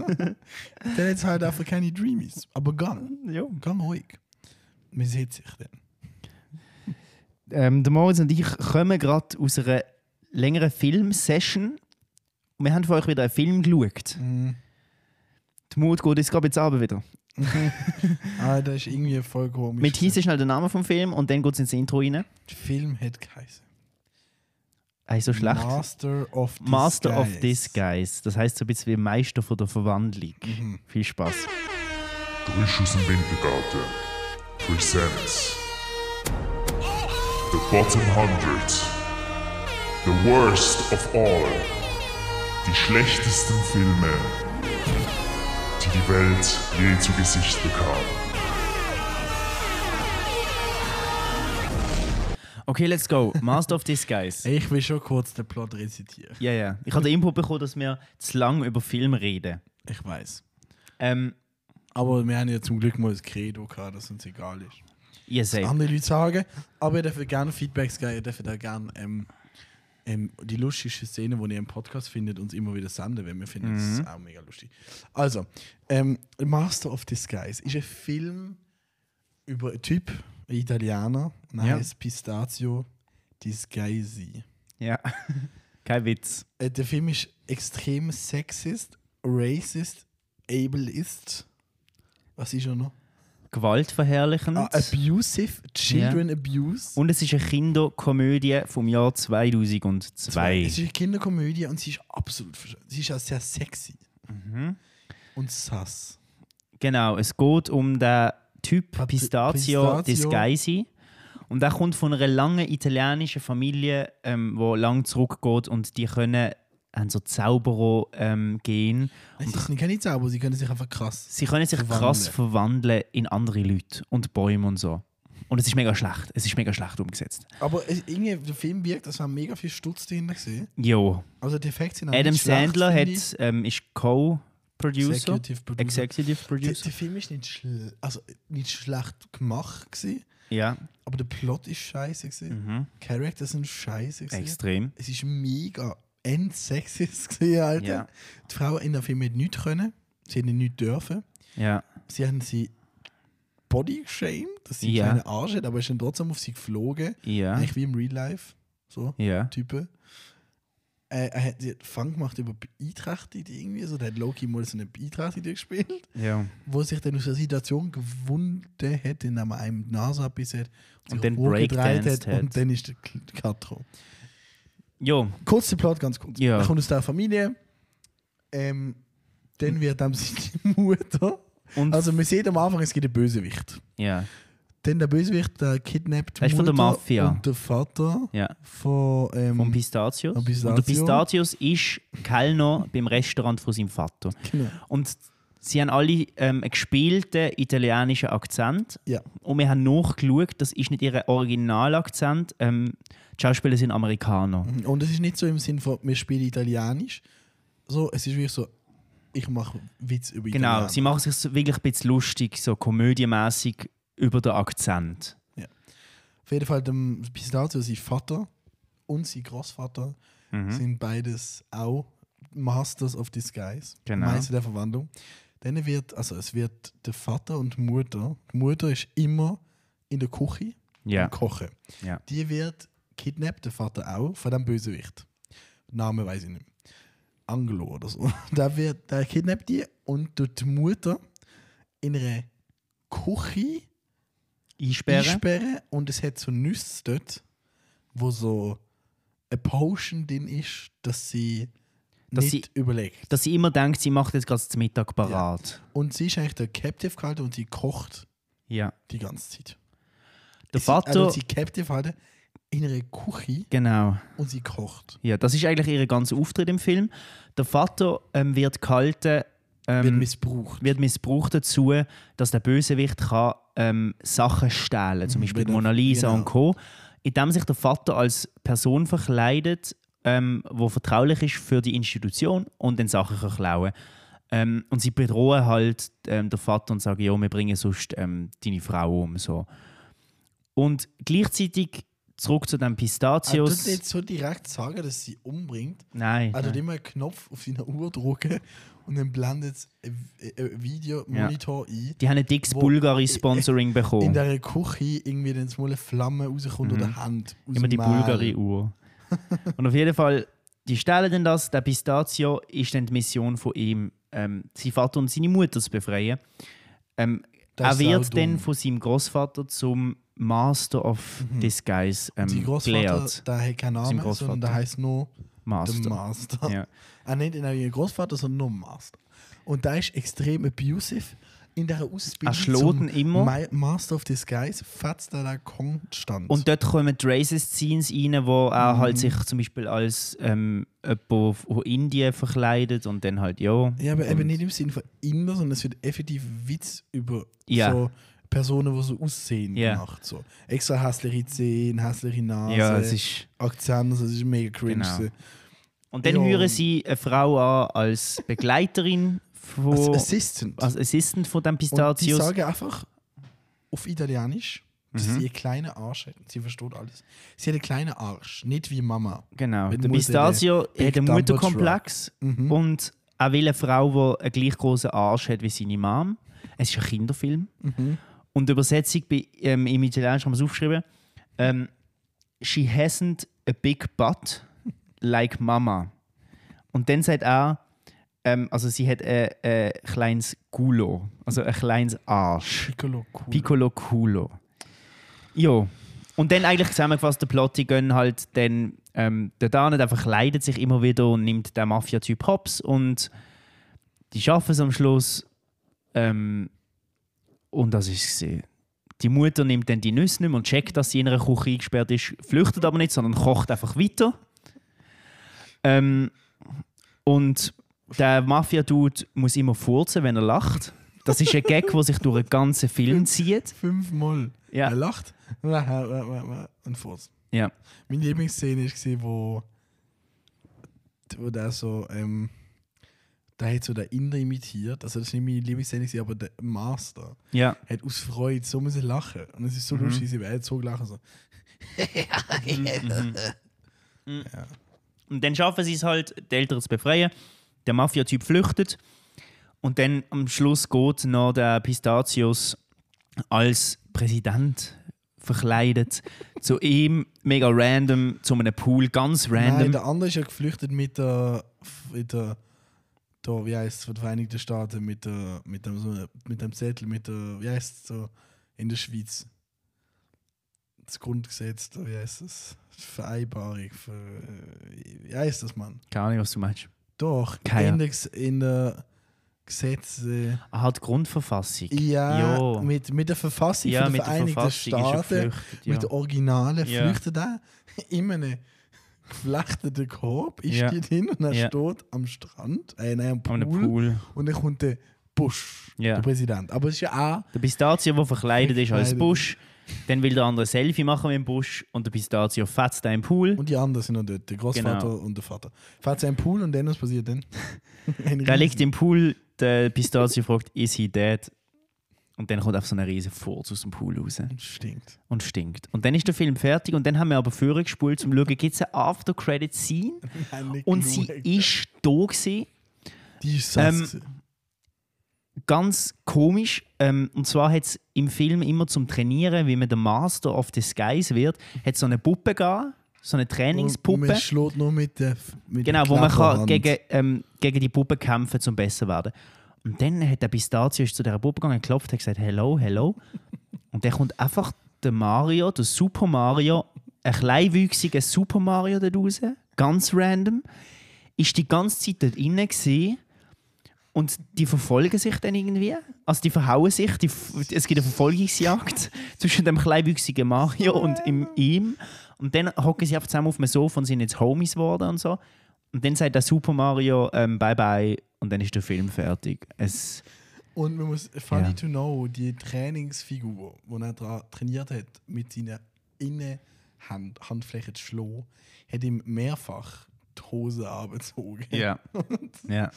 Speaker 7: jetzt halt einfach keine Dreamies. Aber gang.
Speaker 3: Ja.
Speaker 7: Gang ruhig. Man sieht sich dann.
Speaker 3: Ähm, der Moritz und ich kommen gerade aus einer längeren Filmsession. Und wir haben vor euch wieder einen Film geschaut.
Speaker 4: Mhm.
Speaker 3: Die Mut geht jetzt gerade jetzt Abend wieder.
Speaker 7: Ah, da ist irgendwie voll komisch.
Speaker 3: Mit hieß schnell der Name vom Film und dann geht es ins Intro rein.
Speaker 7: Der Film hat geheißen.
Speaker 3: Ey, so schlecht.
Speaker 7: Master of Disguise.
Speaker 3: Master of Disguise. Das heißt so ein bisschen wie Meister von der Verwandlung. Viel Spaß.
Speaker 9: Frisch aus dem Wintergarten presents The Bottom 100 The Worst of All Die schlechtesten Filme, die die Welt je zu Gesicht bekam.
Speaker 3: Okay, let's go. Master of Disguise.
Speaker 7: Ich will schon kurz den Plot rezitieren.
Speaker 3: Ja, ja. Ich habe den Input bekommen, dass wir zu lang über Film reden.
Speaker 7: Ich weiß.
Speaker 3: Ähm,
Speaker 7: Aber wir haben ja zum Glück mal das Credo gehabt, dass uns egal ist.
Speaker 3: ihr seid.
Speaker 7: Andere Leute sagen, aber ihr dürft gerne Feedbacks geben, ihr dürft auch gerne ähm, ähm, die lustigsten Szenen, die ihr im Podcast findet, uns immer wieder senden, weil wir finden es
Speaker 3: Mhm.
Speaker 7: auch mega lustig. Also, ähm, Master of Disguise ist ein Film über einen Typ, einen Italiener, und er
Speaker 3: Ja.
Speaker 7: heißt Pistazio Disguisi.
Speaker 3: Ja. Kein Witz.
Speaker 7: Äh, der Film ist extrem sexist, racist, ableist. Was ist er noch?
Speaker 3: Gewaltverherrlichend.
Speaker 7: Ah, abusive, Children Abuse.
Speaker 3: Und es ist eine Kinderkomödie vom Jahr
Speaker 7: Es
Speaker 3: 2002.
Speaker 7: ist eine Kinderkomödie und sie ist absolut versch- Sie ist auch sehr sexy.
Speaker 3: Mhm.
Speaker 7: Und sass.
Speaker 3: Genau, es geht um den Typ Pistazio
Speaker 7: Ah, Pistazio.
Speaker 3: Disguisi. Und er kommt von einer langen italienischen Familie, ähm, wo lang zurückgeht und die können haben so Zauberer ähm, gehen.
Speaker 7: Es ist keine Zauber, sie können sich einfach krass.
Speaker 3: Sie können sich krass verwandeln in andere Leute und Bäume und so. Und es ist mega schlecht. Es ist mega schlecht umgesetzt.
Speaker 7: Aber es, irgendwie, der Film wirkt, als waren mega viel Stutz dahinter gesehen.
Speaker 3: Jo.
Speaker 7: Also die Effekte sind auch
Speaker 3: Adam
Speaker 7: nicht schlecht,
Speaker 3: Sandler
Speaker 7: finde
Speaker 3: hat, ähm, ist Co-Producer.
Speaker 7: Executive Producer.
Speaker 3: Executive
Speaker 7: ich. Der,
Speaker 3: Producer.
Speaker 7: der Film ist nicht, schl also nicht schlecht gemacht gewesen,
Speaker 3: Ja,
Speaker 7: aber der Plot ist scheiße gewesen. Charakter sind scheiße gewesen.
Speaker 3: Mhm. extrem.
Speaker 7: Es ist mega endsexist gewesen, Alter.
Speaker 3: Ja.
Speaker 7: Die Frauen in dem Film hätten nichts können, sie hätten nichts dürfen.
Speaker 3: Ja.
Speaker 7: sie haben sie body shamed, dass sie
Speaker 3: Ja.
Speaker 7: keine Arsch hat, aber ist dann trotzdem auf sie geflogen.
Speaker 3: Ja.
Speaker 7: Eigentlich wie im Real Life. So,
Speaker 3: Ja.
Speaker 7: Typen. Äh, er hat, sie hat Fang gemacht über Beeinträchtigt irgendwie, so, da hat Loki mal so eine Beeinträchtigte gespielt,
Speaker 3: Ja.
Speaker 7: wo sich dann aus der Situation gewunden hat, indem er einem die Nase abbissen hat
Speaker 3: Und
Speaker 7: sich
Speaker 3: dann
Speaker 7: hochgedreht
Speaker 3: breakdanced hat.
Speaker 7: und dann ist der K- Cut drauf.
Speaker 3: Jo.
Speaker 7: Kurz den Plot, ganz kurz.
Speaker 3: Ja.
Speaker 7: Er kommt aus der Familie, ähm, dann wird ihm seine Mutter,
Speaker 3: Und
Speaker 7: also man sieht am Anfang, es gibt einen Bösewicht.
Speaker 3: ja.
Speaker 7: Dann der Bösewicht, der kidnappt
Speaker 3: Er ist von der
Speaker 7: Mutter
Speaker 3: Mafia.
Speaker 7: Und der Vater
Speaker 3: Ja.
Speaker 7: von. Ähm,
Speaker 3: Vom Pistazios.
Speaker 7: Vom Pistazio.
Speaker 3: Und der Pistazios ist Kellner beim Restaurant von seinem Vater.
Speaker 7: Genau.
Speaker 3: Und sie haben alle ähm, einen gespielten italienischen Akzent.
Speaker 7: Ja.
Speaker 3: Und wir haben nachgeschaut, das ist nicht ihr Originalakzent. Ähm, die Schauspieler sind Amerikaner.
Speaker 7: Und es ist nicht so im Sinn von, wir spielen Italienisch. So, es ist wirklich so, ich mache Witz über
Speaker 3: Genau, sie
Speaker 7: Italiener.
Speaker 3: machen sich so wirklich ein bisschen lustig, so komödienmäßig über den Akzent.
Speaker 7: Auf jeden Fall, dem Pistazio, sein Vater und sein Großvater
Speaker 3: Mhm.
Speaker 7: sind beides auch Masters of Disguise.
Speaker 3: Genau.
Speaker 7: Meister der Verwandlung. Dann wird, also es wird der Vater und die Mutter. Die Mutter ist immer in der Küche.
Speaker 3: Ja.
Speaker 7: am Kochen.
Speaker 3: Ja.
Speaker 7: Die wird kidnappt, der Vater auch, von dem Bösewicht. Name weiß ich nicht. Angelo oder so. Da wird, der kidnappt die und tut die Mutter in einer Küche
Speaker 3: Einsperren.
Speaker 7: einsperren und es hat so Nüsse dort, wo so eine Potion drin ist, dass sie
Speaker 3: Dass
Speaker 7: nicht
Speaker 3: sie-
Speaker 7: überlegt.
Speaker 3: Dass sie immer denkt, sie macht jetzt gerade zum Mittag parat.
Speaker 7: Und sie ist eigentlich der Captive gehalten und sie kocht
Speaker 3: Ja.
Speaker 7: die ganze Zeit.
Speaker 3: Der
Speaker 7: Sie- also
Speaker 3: Vater.
Speaker 7: sie Captive halten in einer Küche
Speaker 3: genau.
Speaker 7: und sie kocht.
Speaker 3: Ja, das ist eigentlich ihr ganzer Auftritt im Film. Der Vater ähm, wird gehalten,
Speaker 7: Wird
Speaker 3: ähm,
Speaker 7: missbraucht.
Speaker 3: wird missbraucht dazu, dass der Bösewicht kann, ähm, Sachen stehlen zum Beispiel
Speaker 7: wenn
Speaker 3: die
Speaker 7: er-
Speaker 3: Mona Lisa
Speaker 7: Mhm, genau.
Speaker 3: und Co. Indem sich der Vater als Person verkleidet, ähm, wo vertraulich ist für die Institution und den Sachen kann klauen ähm, Und sie bedrohen halt ähm, den Vater und sagen, ja, wir bringen sonst ähm, deine Frau um. So. Und gleichzeitig zurück zu dem
Speaker 7: Ah,
Speaker 3: Pistazios.
Speaker 7: das jetzt so direkt sagen, dass sie umbringt.
Speaker 3: Nein.
Speaker 7: Also
Speaker 3: nein.
Speaker 7: dem mal einen Knopf auf seiner Uhr drücken und dann blendet es ein ein Videomonitor ein.
Speaker 3: Die haben ein dickes
Speaker 7: Wo-
Speaker 3: Bulgari-Sponsoring
Speaker 7: In
Speaker 3: bekommen.
Speaker 7: der Küche irgendwie dann mal eine Flamme rauskommt oder Hand. aus
Speaker 3: Mhm. Immer
Speaker 7: dem
Speaker 3: die
Speaker 7: Mehl.
Speaker 3: Bulgari-Uhr. Und auf jeden Fall, die stellen dann das. Der Pistazio ist dann die Mission von ihm, ähm, seinen Vater und seine Mutter zu befreien. Ähm,
Speaker 7: Das
Speaker 3: er
Speaker 7: ist
Speaker 3: wird
Speaker 7: saudumm.
Speaker 3: dann von seinem Großvater zum Master of Disguise
Speaker 7: Sein
Speaker 3: ähm,
Speaker 7: Mhm. Großvater,
Speaker 3: gelehrt.
Speaker 7: der hat keinen
Speaker 3: Sein
Speaker 7: Namen,
Speaker 3: Großvater.
Speaker 7: sondern der heißt nur der
Speaker 3: Master.
Speaker 7: Master.
Speaker 3: Ja.
Speaker 7: Er nennt ihn auch nicht Großvater, sondern nur Master. Und der ist extrem abusive. In der
Speaker 3: Er
Speaker 7: Ausbildung
Speaker 3: schlägt ihn immer.
Speaker 7: Ma- Master of Disguise fetzt er da konstant.
Speaker 3: Und dort kommen die Racist-Scenes rein, wo
Speaker 7: Mhm.
Speaker 3: er halt sich zum Beispiel als ähm, jemand von Indien verkleidet und dann halt, ja.
Speaker 7: Ja, aber
Speaker 3: und-
Speaker 7: eben nicht im Sinne von Inder, sondern es wird effektiv Witz über
Speaker 3: Ja.
Speaker 7: so Personen, die so aussehen,
Speaker 3: Ja.
Speaker 7: gemacht. So. Extra hässliche Zähne, hässliche Nase,
Speaker 3: Ja, es ist.
Speaker 7: Akzent, also das ist mega cringe.
Speaker 3: Genau.
Speaker 7: so.
Speaker 3: Und dann
Speaker 7: Ja.
Speaker 3: hören sie eine Frau an als Begleiterin
Speaker 7: Als
Speaker 3: von,
Speaker 7: Assistant.
Speaker 3: als Assistent von dem
Speaker 7: und sie
Speaker 3: Pistazios.
Speaker 7: sagen einfach auf Italienisch, dass
Speaker 3: Mhm.
Speaker 7: sie einen kleinen Arsch hat. Sie versteht alles. Sie hat einen kleinen Arsch, nicht wie Mama.
Speaker 3: Genau.
Speaker 7: Mit
Speaker 3: Der
Speaker 7: Mutter,
Speaker 3: Pistazio
Speaker 7: der
Speaker 3: hat einen
Speaker 7: Big Dumbo
Speaker 3: Mutterkomplex
Speaker 7: Mhm.
Speaker 3: und auch will eine Frau, die einen gleich großen Arsch hat wie seine Mom. Es ist ein Kinderfilm.
Speaker 7: Mhm.
Speaker 3: Und die Übersetzung bei, ähm, im Italienischen haben wir es aufgeschrieben. Ähm, She hasn't a big butt like Mama. Und dann sagt er, ähm, also sie hat ein, ein kleines Gulo, also ein kleines Arsch.
Speaker 7: Piccolo, cool.
Speaker 3: Piccolo Culo. Jo. Und dann eigentlich zusammengefasst, der Plot, die gehen halt dann, ähm, der Dane, der verkleidet sich immer wieder und nimmt den Mafia-Typ Hops und die schaffen es am Schluss. Ähm, und das ist sie. Die Mutter nimmt dann die Nüsse nicht mehr und checkt, dass sie in einer Küche eingesperrt ist, flüchtet aber nicht, sondern kocht einfach weiter. Ähm, und der Mafia-Dude muss immer furzen, wenn er lacht. Das ist ein Gag, der sich durch den ganzen Film zieht.
Speaker 7: Fünfmal.
Speaker 3: Ja.
Speaker 7: Er lacht und furzt.
Speaker 3: Ja.
Speaker 7: Meine Lieblingsszene war, wo, wo der so, ähm, da hat so der Inder imitiert. Also, das ist nicht meine Lieblingsszene, gewesen, aber der Master
Speaker 3: Ja.
Speaker 7: hat aus Freude so müssen lachen. Und es ist
Speaker 3: Mhm.
Speaker 7: so lustig, sie hat so gelachen. So.
Speaker 3: Und dann schaffen sie es halt, die Eltern zu befreien. Der Mafia-Typ flüchtet. Und dann am Schluss geht noch der Pistazios als Präsident verkleidet zu ihm, mega random, zu einem Pool, ganz random.
Speaker 7: Nein, der andere ist ja geflüchtet mit der, mit der, der wie heißt es, von den Vereinigten Staaten, mit, der, mit, dem, so- mit dem Zettel, mit der, wie heißt es so, in der Schweiz. Das Grundgesetz, da, wie heißt es? Vereinbarung, für, äh, wie heißt das, Mann?
Speaker 3: Keine Ahnung, was du meinst.
Speaker 7: Doch,
Speaker 3: Keine.
Speaker 7: in der, Ges- in der Gesetze.
Speaker 3: Er hat Grundverfassung.
Speaker 7: Ja,
Speaker 3: Jo.
Speaker 7: mit, mit der Verfassung
Speaker 3: Ja,
Speaker 7: von
Speaker 3: mit der
Speaker 7: den Vereinigten
Speaker 3: Verfassung ist er
Speaker 7: Staaten,
Speaker 3: geflüchtet, ja.
Speaker 7: mit der Originale
Speaker 3: Ja.
Speaker 7: flüchtet er in einem geflechteten Korb, ist
Speaker 3: Ja.
Speaker 7: steht hin und er
Speaker 3: Ja.
Speaker 7: steht am Strand, äh, nein, am
Speaker 3: An
Speaker 7: Pool,
Speaker 3: einem Pool.
Speaker 7: und dann kommt der Bush,
Speaker 3: Ja.
Speaker 7: der Präsident. Aber es ist ja auch,
Speaker 3: Der Pistazio, der verkleidet ist als
Speaker 7: Verkleidet.
Speaker 3: Busch. Dann will der andere ein Selfie machen mit dem Busch und der Pistazio fetzt einen im Pool.
Speaker 7: und die anderen sind noch dort, der Großvater
Speaker 3: Genau.
Speaker 7: und der Vater. Fährt sie einen Pool und dann, was passiert denn?
Speaker 3: Der
Speaker 7: Ein Riesen-
Speaker 3: liegt im Pool, der Pistazio fragt, is he dead? Und dann kommt auf so eine riesen Furz aus dem Pool raus
Speaker 7: Stinkt.
Speaker 3: und stinkt. Und dann ist der Film fertig und dann haben wir aber vorher gespult, um zu schauen, gibt es eine After-Credit-Scene?
Speaker 7: Nein, nicht
Speaker 3: Und sie
Speaker 7: genug.
Speaker 3: ist da gewesen.
Speaker 7: Die ist
Speaker 3: Ähm,
Speaker 7: sass.
Speaker 3: Ganz komisch. Ähm, und zwar hat es im Film immer zum Trainieren, wie man der Master of Disguise wird, hat so eine Puppe gegeben, so eine
Speaker 7: Und
Speaker 3: Trainingspuppe.
Speaker 7: Man schlägt nur mit der mit der
Speaker 3: Genau, wo man kann
Speaker 7: Klapperhand.
Speaker 3: gegen, ähm, gegen die Puppe kämpfen zum besser werden. Und dann hat der Pistazio ist zu dieser Puppe gegangen, geklopft, hat gesagt Hello, hello. Und dann kommt einfach der Mario, der Super Mario, ein kleinwüchsiger Super Mario da raus, ganz random, ist die ganze Zeit dort innen gewesen. Und die verfolgen sich dann irgendwie. Also die verhauen sich. Die, f- es gibt eine Verfolgungsjagd zwischen dem kleinwüchsigen Mario und im, ihm. Und dann hocken sie einfach zusammen auf dem Sofa und sind jetzt Homies geworden und so. Und dann sagt der Super Mario ähm, Bye Bye und dann ist der Film fertig. Es,
Speaker 7: Und man muss, funny
Speaker 3: Ja.
Speaker 7: to know, die Trainingsfigur, die er dra trainiert hat, mit seiner Innenhand, Handfläche zu schlagen, hat ihm mehrfach die Hose abgezogen
Speaker 3: ja. ja.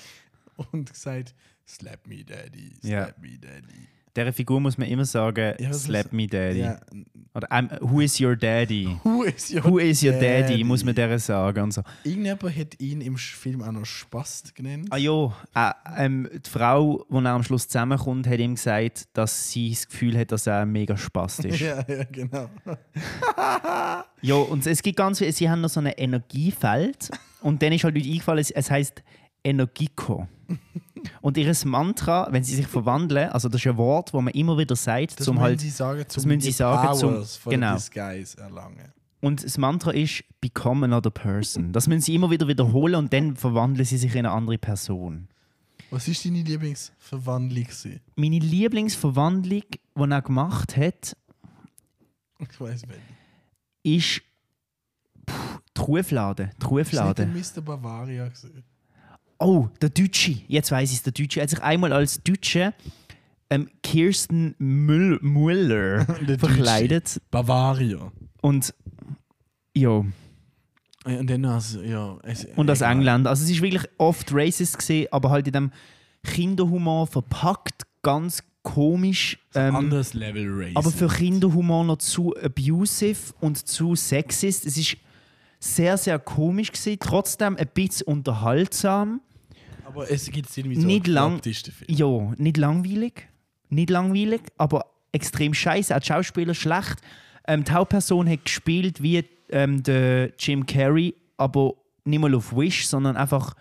Speaker 7: und gesagt, slap me daddy, slap
Speaker 3: Ja.
Speaker 7: me daddy.
Speaker 3: Dieser Figur muss man immer sagen:
Speaker 7: Ja, was
Speaker 3: Slap
Speaker 7: ist-
Speaker 3: me daddy.
Speaker 7: Ja,
Speaker 3: Oder I'm, Who is your daddy?
Speaker 7: who is your
Speaker 3: Who is your daddy?
Speaker 7: daddy?
Speaker 3: Muss man der sagen. Und so.
Speaker 7: Irgendjemand hat ihn im Sch- Film auch noch Spast genannt.
Speaker 3: Ah ja, äh, ähm, die Frau, die am Schluss zusammenkommt, hat ihm gesagt, dass sie das Gefühl hat, dass er mega Spaß ist.
Speaker 7: Ja, ja, genau.
Speaker 3: Ja, und es gibt ganz viel, sie haben noch so ein Energiefeld und dann ist halt Leute eingefallen, es, es heißt Energico. Und ihr Mantra, wenn sie sich verwandeln, also das ist ein Wort, wo man immer wieder sagt,
Speaker 7: Das
Speaker 3: zum
Speaker 7: müssen
Speaker 3: halt,
Speaker 7: sie sagen, zum
Speaker 3: müssen sie
Speaker 7: die
Speaker 3: sagen, zum-
Speaker 7: Powers von
Speaker 3: genau.
Speaker 7: genau. Disguise erlangen.
Speaker 3: und das Mantra ist Become another person. Das müssen sie immer wieder wiederholen und dann verwandeln sie sich in eine andere Person.
Speaker 7: Was ist deine Lieblingsverwandlung? gewesen?
Speaker 3: Meine Lieblingsverwandlung, die er gemacht hat,
Speaker 7: Ich weiß nicht.
Speaker 3: ist Puh, die Ruflade. Die
Speaker 7: Ist
Speaker 3: Ruflade.
Speaker 7: nicht der Mr. Bavaria gewesen?
Speaker 3: Oh, der Deutsche. Jetzt weiß ich es, der Deutsche. Er hat sich einmal als Deutsche ähm, Kirsten Müll Müller
Speaker 7: Der
Speaker 3: verkleidet.
Speaker 7: Bavaria.
Speaker 3: Und jo,
Speaker 7: Ja, Und dann als, ja, es,
Speaker 3: und aus
Speaker 7: egal.
Speaker 3: England. Also es ist wirklich oft racist gesehen, aber halt in dem Kinderhumor verpackt, ganz komisch. Ähm,
Speaker 7: Anderes Level Race.
Speaker 3: aber für Kinderhumor noch zu abusive und zu sexist. Es ist sehr, sehr komisch gewesen, trotzdem ein bisschen unterhaltsam.
Speaker 7: Aber es gibt irgendwie so
Speaker 3: Nicht
Speaker 7: einen
Speaker 3: lang-
Speaker 7: Klapptisch dafür.
Speaker 3: Ja, nicht langweilig. Nicht langweilig, aber extrem scheiße. Auch die Schauspieler schlecht. Ähm, die Hauptperson hat gespielt wie ähm, der Jim Carrey, aber nicht mal auf Wish, sondern einfach,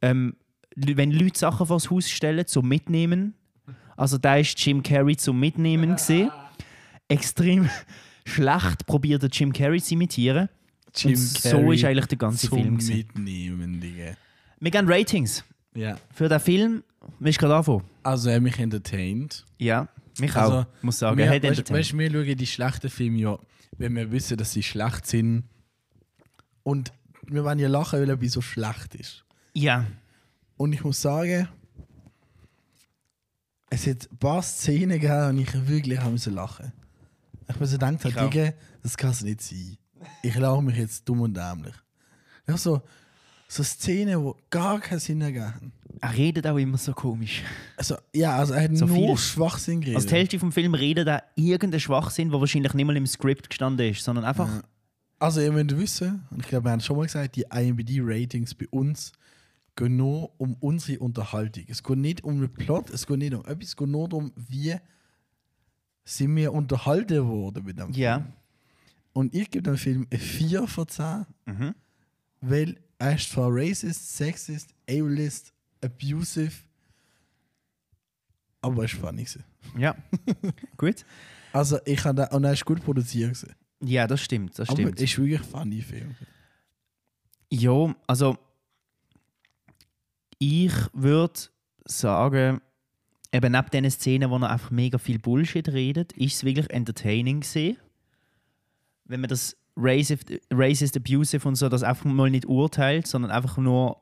Speaker 3: ähm, Lü- wenn Leute Sachen vors Haus stellen, zum Mitnehmen. Also da ist Jim Carrey zum Mitnehmen gesehen. Extrem schlecht probiert der Jim Carrey zu imitieren.
Speaker 7: Jim
Speaker 3: und so
Speaker 7: Carrey
Speaker 3: ist eigentlich der ganze
Speaker 7: Zum
Speaker 3: Film. gewesen.
Speaker 7: Mitnehmen, Digga.
Speaker 3: Wir gehen Ratings
Speaker 7: Ja.
Speaker 3: für den Film. Willst du gerade anfangen?
Speaker 7: Also er hat mich entertained.
Speaker 3: Ja, mich
Speaker 7: Also,
Speaker 3: auch, muss sagen.
Speaker 7: wir,
Speaker 3: er hat
Speaker 7: weißt,
Speaker 3: Entertainment.
Speaker 7: weißt, wir schauen die schlechten Filme ja, wenn wir wissen, dass sie schlecht sind. Und wir wollen ja lachen, weil er so schlecht ist.
Speaker 3: Ja,
Speaker 7: Und ich muss sagen, es hat ein paar Szenen gegeben, und ich wirklich habe müssen lachen. Ich mir so gedacht,
Speaker 3: auch.
Speaker 7: habe, Digga, das kann es nicht sein. Ich lache mich jetzt dumm und dämlich. Ich hab so, so Szenen, die gar keinen Sinn ergeben.
Speaker 3: er redet auch immer so komisch.
Speaker 7: Also, ja, also er hat
Speaker 3: So
Speaker 7: nur
Speaker 3: vieles.
Speaker 7: Schwachsinn geredet.
Speaker 3: Also die Hälfte vom Film redet da irgendein Schwachsinn, der wahrscheinlich nicht mal im Skript gestanden ist, sondern einfach
Speaker 7: Also, ihr müsst wissen, und ich glaube, wir haben es schon mal gesagt, die IMBD-Ratings bei uns gehen nur um unsere Unterhaltung. Es geht nicht um den Plot, es geht nicht um etwas, es geht nur darum, wie sind wir unterhalten worden mit dem
Speaker 3: ja,
Speaker 7: Film. Und ich gebe dem Film eine 4 von 10,
Speaker 3: Mhm.
Speaker 7: weil er ist zwar racist, sexist, ableist, abusive, aber er ist funny. gewesen.
Speaker 3: ja, gut.
Speaker 7: Also, ich habe da, und er ist gut produziert. gewesen.
Speaker 3: Ja, das stimmt, das
Speaker 7: Aber
Speaker 3: stimmt.
Speaker 7: es ist wirklich ein funny Film.
Speaker 3: ja, also ich würde sagen, eben neben diesen Szenen, wo er einfach mega viel Bullshit redet, ist es wirklich entertaining gesehen. Wenn man das racist, racist, abusive und so, das einfach mal nicht urteilt, sondern einfach nur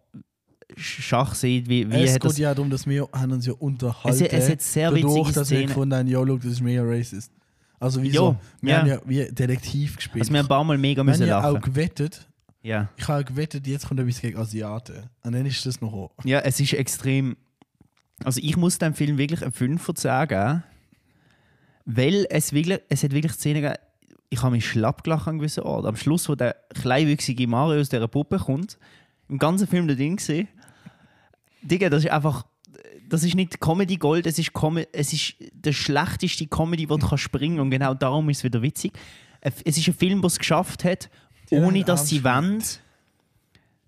Speaker 3: Schach sieht, wie, wie
Speaker 7: es
Speaker 3: hat das
Speaker 7: geht ja darum, dass wir haben uns ja unterhalten.
Speaker 3: Es- es hat sehr
Speaker 7: dadurch,
Speaker 3: witzige
Speaker 7: dass wir
Speaker 3: Szenen.
Speaker 7: gefunden haben, ja, look, das ist mega racist. Also wie
Speaker 3: Ja,
Speaker 7: so, wir
Speaker 3: ja.
Speaker 7: haben ja wie Detektiv gespielt.
Speaker 3: Also wir haben ein paar Mal mega
Speaker 7: wir haben
Speaker 3: müssen
Speaker 7: ja auch
Speaker 3: lachen.
Speaker 7: gewettet,
Speaker 3: Ja.
Speaker 7: ich habe gewettet, jetzt kommt etwas gegen Asiaten. Und dann ist das noch hoch.
Speaker 3: ja, es ist extrem. Also ich muss dem Film wirklich einen 5 von 10 geben, weil es wirklich, es hat wirklich Szenen gegeben, ich habe mich schlapp gelacht an gewissen Ort. Am Schluss, wo der kleinwüchsige Mario aus dieser Puppe kommt, im ganzen Film da drin gesehen, Digga, das ist einfach, das ist nicht Comedy Gold, es ist, Com es ist der schlechteste Comedy, wo du kannst springen und genau darum ist es wieder witzig. Es ist ein Film, der es geschafft hat, ohne
Speaker 7: haben
Speaker 3: dass sie wollen,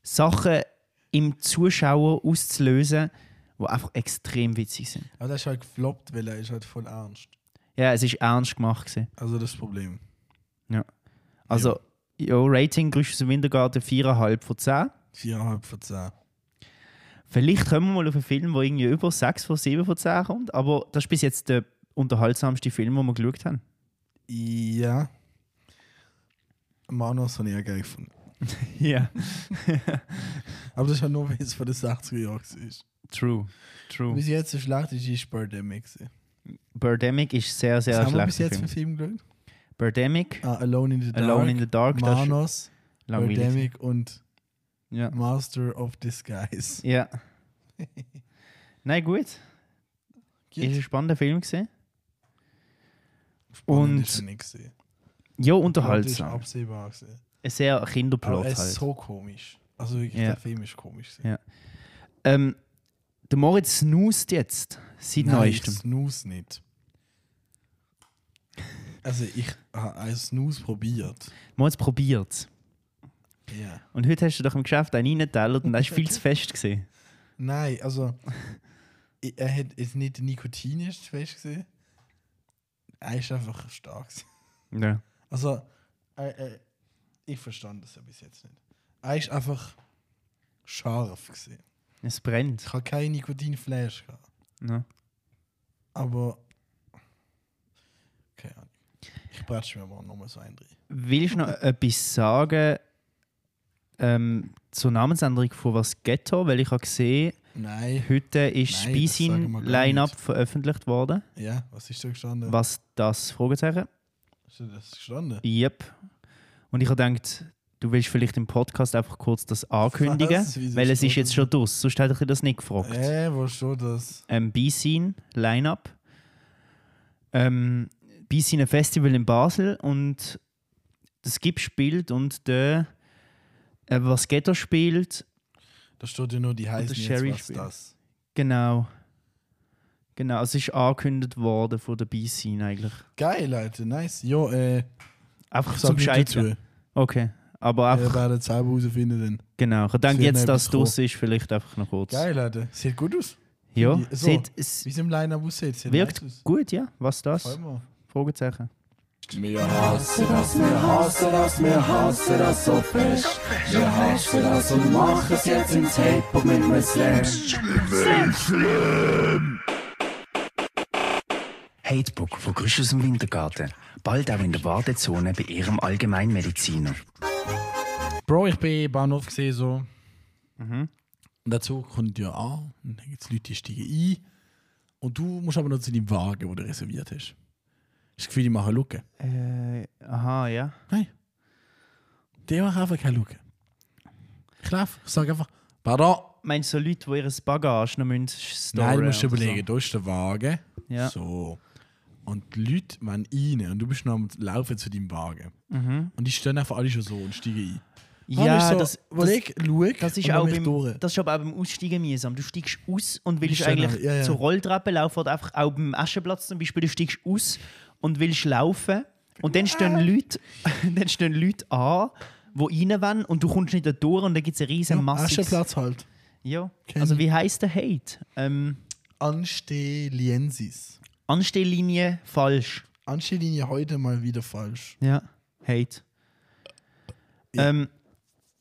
Speaker 3: Sachen im Zuschauer auszulösen, die einfach extrem witzig sind.
Speaker 7: Aber der ist halt gefloppt, weil er ist halt voll ernst.
Speaker 3: Ja, es ist ernst gemacht. Gewesen.
Speaker 7: Also das ist das Problem.
Speaker 3: Also, ja. Rating Grüsch aus dem Wintergarten 4,5 von 10.
Speaker 7: 4,5 von 10.
Speaker 3: Vielleicht kommen wir mal auf einen Film, der irgendwie über 6 von 7 von 10 kommt, aber das ist bis jetzt der unterhaltsamste Film, den wir geschaut haben.
Speaker 7: Ja. Manos habe ich auch geil gefunden.
Speaker 3: Ja,
Speaker 7: Aber das ist halt nur, weil es von den 60er Jahren ist.
Speaker 3: true. True.
Speaker 7: Bis jetzt so schlecht ist, ist Birdemic. gewesen.
Speaker 3: Birdemic ist sehr,
Speaker 7: Was
Speaker 3: sehr
Speaker 7: haben wir bis
Speaker 3: schlechter
Speaker 7: jetzt
Speaker 3: Film.
Speaker 7: für Film geschaut?
Speaker 3: Birdemic,
Speaker 7: Ah, Alone in the Dark.
Speaker 3: Alone in the Dark, das ist
Speaker 7: Manos,
Speaker 3: langweilig.
Speaker 7: Pandemic und
Speaker 3: Ja.
Speaker 7: Master of Disguise.
Speaker 3: ja. Nein, gut. Ist ein
Speaker 7: Gut.
Speaker 3: spannender Film gesehen.
Speaker 7: Spannend
Speaker 3: und-
Speaker 7: ist er nicht gewesen.
Speaker 3: Ja,
Speaker 7: Ist
Speaker 3: unterhaltsam.
Speaker 7: absehbar gewesen.
Speaker 3: Ein sehr Kinderplot
Speaker 7: Aber er
Speaker 3: halt.
Speaker 7: ist so komisch. Also wirklich,
Speaker 3: Ja.
Speaker 7: der Film ist komisch.
Speaker 3: Ja. Ähm, der Moritz snoost jetzt seit
Speaker 7: Nein, ich
Speaker 3: neuestem.
Speaker 7: snooze nicht. Also ich habe einen Snooze probiert.
Speaker 3: Moritz probiert
Speaker 7: Ja.
Speaker 3: Und heute hast du doch im Geschäft einen reingeteilt und das war viel zu fest. Gewesen.
Speaker 7: Nein, also ich- er hat jetzt nicht nikotinisch fest gesehen. Er ist einfach stark. gewesen.
Speaker 3: Ja.
Speaker 7: Also, äh, äh, ich verstand das ja bis jetzt nicht. Er ist einfach scharf gesehen.
Speaker 3: Es brennt.
Speaker 7: Ich habe keine Nikotinflash gehabt.
Speaker 3: Ja.
Speaker 7: Aber. Keine Ahnung. Ich bratsche mir mal nochmal so ein rein.
Speaker 3: Willst du noch
Speaker 7: Äh.
Speaker 3: etwas sagen ähm, zur Namensänderung von Was Ghetto? Weil ich habe gesehen,
Speaker 7: Nein.
Speaker 3: Heute ist
Speaker 7: Nein, das sagen wir gar
Speaker 3: Speisin-Line-Up
Speaker 7: nicht.
Speaker 3: veröffentlicht worden.
Speaker 7: Ja, was ist da gestanden?
Speaker 3: Was das? Fragezeichen?
Speaker 7: Ist da das gestanden?
Speaker 3: Yep. Und ich habe gedacht, du willst vielleicht im Podcast einfach kurz das ankündigen,
Speaker 7: Was? Wieso
Speaker 3: weil es
Speaker 7: steht
Speaker 3: ist jetzt
Speaker 7: das
Speaker 3: schon draus. Sonst hätte ich dir das nicht gefragt.
Speaker 7: Äh, wo ist schon das?
Speaker 3: ähm, B-Scene Lineup. Ähm, B-Scene Festival in Basel und das Gip spielt und der äh, was Ghetto spielt.
Speaker 7: Da steht ja nur, die heißen
Speaker 3: Sherry
Speaker 7: jetzt was
Speaker 3: spielt.
Speaker 7: das.
Speaker 3: Genau. Genau, es ist angekündigt worden von der B-Scene eigentlich.
Speaker 7: Geil, Leute, nice. Jo, äh,
Speaker 3: Einfach
Speaker 7: sag
Speaker 3: zum
Speaker 7: mir dazu.
Speaker 3: Scheitern.
Speaker 7: Ihr
Speaker 3: Okay. Aber einfach,
Speaker 7: werdet es selber herausfinden dann.
Speaker 3: genau. Ich denke
Speaker 7: wird noch
Speaker 3: jetzt, dass
Speaker 7: etwas
Speaker 3: es draus ist, vielleicht einfach noch kurz.
Speaker 7: Geil, Leute. Sieht gut aus.
Speaker 3: Ja,
Speaker 7: Die- so.
Speaker 3: Sieht, es
Speaker 7: Wie es im Line-Up aussieht. Sieht
Speaker 3: wirkt
Speaker 7: nice aus.
Speaker 3: gut, ja. Was das?
Speaker 7: Voll mal.
Speaker 3: Fragezeichen.
Speaker 1: Mehr Hass.
Speaker 5: Hatebook von Grüsch aus dem Wintergarten. Bald auch in der Wartezone bei ihrem Allgemeinmediziner.
Speaker 7: Bro, ich bin Bahnhof gesehen so. Mhm. Und dazu kommt ja an, und dann gibt es Leute, die steigen ein. Und du musst aber noch zu deinem Wagen, den du reserviert hast. Hast du das Gefühl, die machen Lücke?
Speaker 3: Äh, aha, ja.
Speaker 7: Nein. Die machen einfach keine Lücke. Ich laufe, ich sage einfach, pardon.
Speaker 3: Meinst du so Leute, die ihre Bagage noch müssen storen?
Speaker 7: Nein, du musst
Speaker 3: oder
Speaker 7: überlegen, da ist der Wagen.
Speaker 3: Ja.
Speaker 7: So. Und die Leute wollen rein und du bist noch am Laufen zu deinem Wagen. Und die stehen einfach alle schon so und steigen ein.
Speaker 3: So.
Speaker 7: Dann
Speaker 3: Ja,
Speaker 7: ist so,
Speaker 3: das, das,
Speaker 7: überleg, schau,
Speaker 3: das, ist
Speaker 7: und
Speaker 3: auch
Speaker 7: lass mich
Speaker 3: beim,
Speaker 7: durch.
Speaker 3: das ist aber auch beim Aussteigen mühsam. Du steigst aus und willst
Speaker 7: Ist
Speaker 3: eigentlich
Speaker 7: dann auch- ja, ja.
Speaker 3: zur Rolltreppe laufen oder einfach auch beim Aschenplatz zum Beispiel. Du steigst aus und willst laufen und dann stehen
Speaker 7: Äh.
Speaker 3: Leute, dann stehen Leute an, die rein wollen und du kommst nicht da durch und dann gibt es eine riesen Masse.
Speaker 7: Aschenplatz halt.
Speaker 3: Ja. Also wie heißt der Hate? Ähm,
Speaker 7: Ansteliensis.
Speaker 3: Anstelllinie falsch.
Speaker 7: Anstellinie heute mal wieder falsch.
Speaker 3: Ja. Hate. Ähm,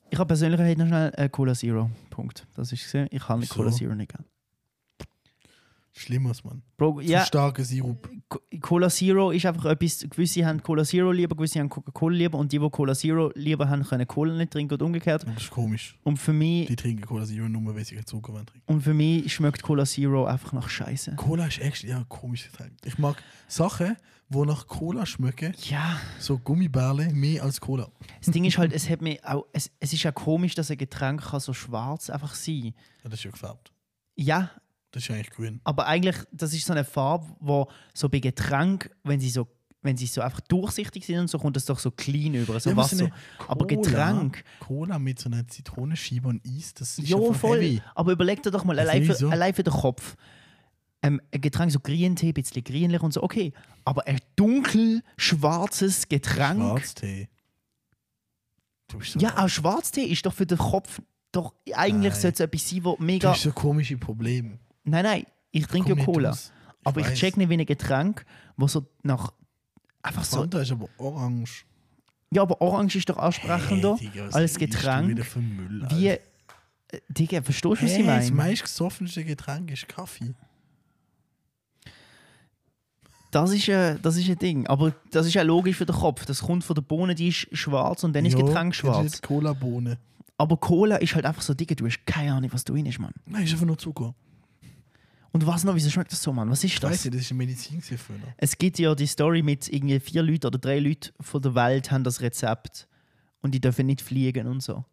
Speaker 3: ich habe persönlich Hate noch schnell äh, Cola Zero. Punkt. Das ist gesehen. Ich kann
Speaker 7: Wieso?
Speaker 3: Cola Zero nicht gern.
Speaker 7: Schlimmes, Mann.
Speaker 3: Bro, ja,
Speaker 7: Zu starker Sirup.
Speaker 3: Co- Cola Zero ist einfach etwas, gewisse haben Cola Zero lieber, gewisse haben Coca-Cola lieber und die, die Cola Zero lieber haben, können Cola nicht trinken und umgekehrt.
Speaker 7: Das ist komisch.
Speaker 3: Und für mich,
Speaker 7: Die trinken Cola Zero nur, weil sie keinen Zucker wollen trinken.
Speaker 3: und für mich schmeckt Cola Zero einfach nach Scheiße.
Speaker 7: Cola ist echt ja, ein komisches Getränk. Ich mag Sachen, die nach Cola schmecken,
Speaker 3: Ja,
Speaker 7: so Gummibärle, mehr als Cola.
Speaker 3: das Ding ist halt, es hat mir auch, es, es ist ja komisch, dass ein Getränk kann so schwarz einfach sein.
Speaker 7: Ja, das ist ja gefärbt.
Speaker 3: Ja,
Speaker 7: Das ist eigentlich grün.
Speaker 3: aber eigentlich, das ist so eine Farbe, wo so bei Getränk, wenn sie so, wenn sie so einfach durchsichtig sind und so, kommt das doch so clean über, so
Speaker 7: Ja, aber so
Speaker 3: Wasser.
Speaker 7: eine
Speaker 3: aber Getränk,
Speaker 7: Cola mit so einer Zitronenscheibe und Eis, das ist
Speaker 3: ja
Speaker 7: einfach
Speaker 3: voll.
Speaker 7: heavy.
Speaker 3: Aber überleg dir doch mal, allein
Speaker 7: wieso?
Speaker 3: für, allein für den Kopf. Ähm, ein Getränk, so Grüntee, ein bisschen grünlich und so, okay. Aber ein dunkel schwarzes Getränk.
Speaker 7: Schwarztee. Du bist so,
Speaker 3: Ja, auch Schwarztee ist doch für den Kopf doch eigentlich
Speaker 7: Nein.
Speaker 3: sollte es etwas sein, wo
Speaker 7: du
Speaker 3: mega.
Speaker 7: hast so komische Probleme.
Speaker 3: Nein, nein, ich trinke
Speaker 7: Komm
Speaker 3: ja
Speaker 7: nicht
Speaker 3: Cola.
Speaker 7: raus.
Speaker 3: aber ich
Speaker 7: weiß.
Speaker 3: check nicht wie ein Getränk, wo so nach. Einfach so
Speaker 7: Fanta ist aber orange.
Speaker 3: Ja, aber Orange ist doch ansprechender
Speaker 7: Hey, Digga, was
Speaker 3: als
Speaker 7: redest du Wieder
Speaker 3: Getränk.
Speaker 7: für Müll,
Speaker 3: Wie.
Speaker 7: Alter.
Speaker 3: Äh, Digga, verstehst du, was
Speaker 7: Hey,
Speaker 3: ich
Speaker 7: das
Speaker 3: meine?
Speaker 7: meistgesoffenste Getränk ist Kaffee.
Speaker 3: Das ist, äh, das ist ein Ding. Aber das ist ja logisch für den Kopf. Das kommt von der Bohne, die ist schwarz und dann ist
Speaker 7: Jo,
Speaker 3: Getränk
Speaker 7: Das ist
Speaker 3: schwarz.
Speaker 7: jetzt Cola-Bohne.
Speaker 3: Aber Cola ist halt einfach so, Digga, du hast keine Ahnung, was du rein ist, Mann.
Speaker 7: Nein, ist einfach nur Zucker.
Speaker 3: Und was noch, wieso schmeckt das so, Mann? Was ist
Speaker 7: Ich weiß
Speaker 3: das?
Speaker 7: nicht, das ist eine Medizin gewesen früher.
Speaker 3: Es gibt ja die Story mit irgendwie vier Leuten oder drei Leuten von der Welt haben das Rezept. Und die dürfen nicht fliegen und so.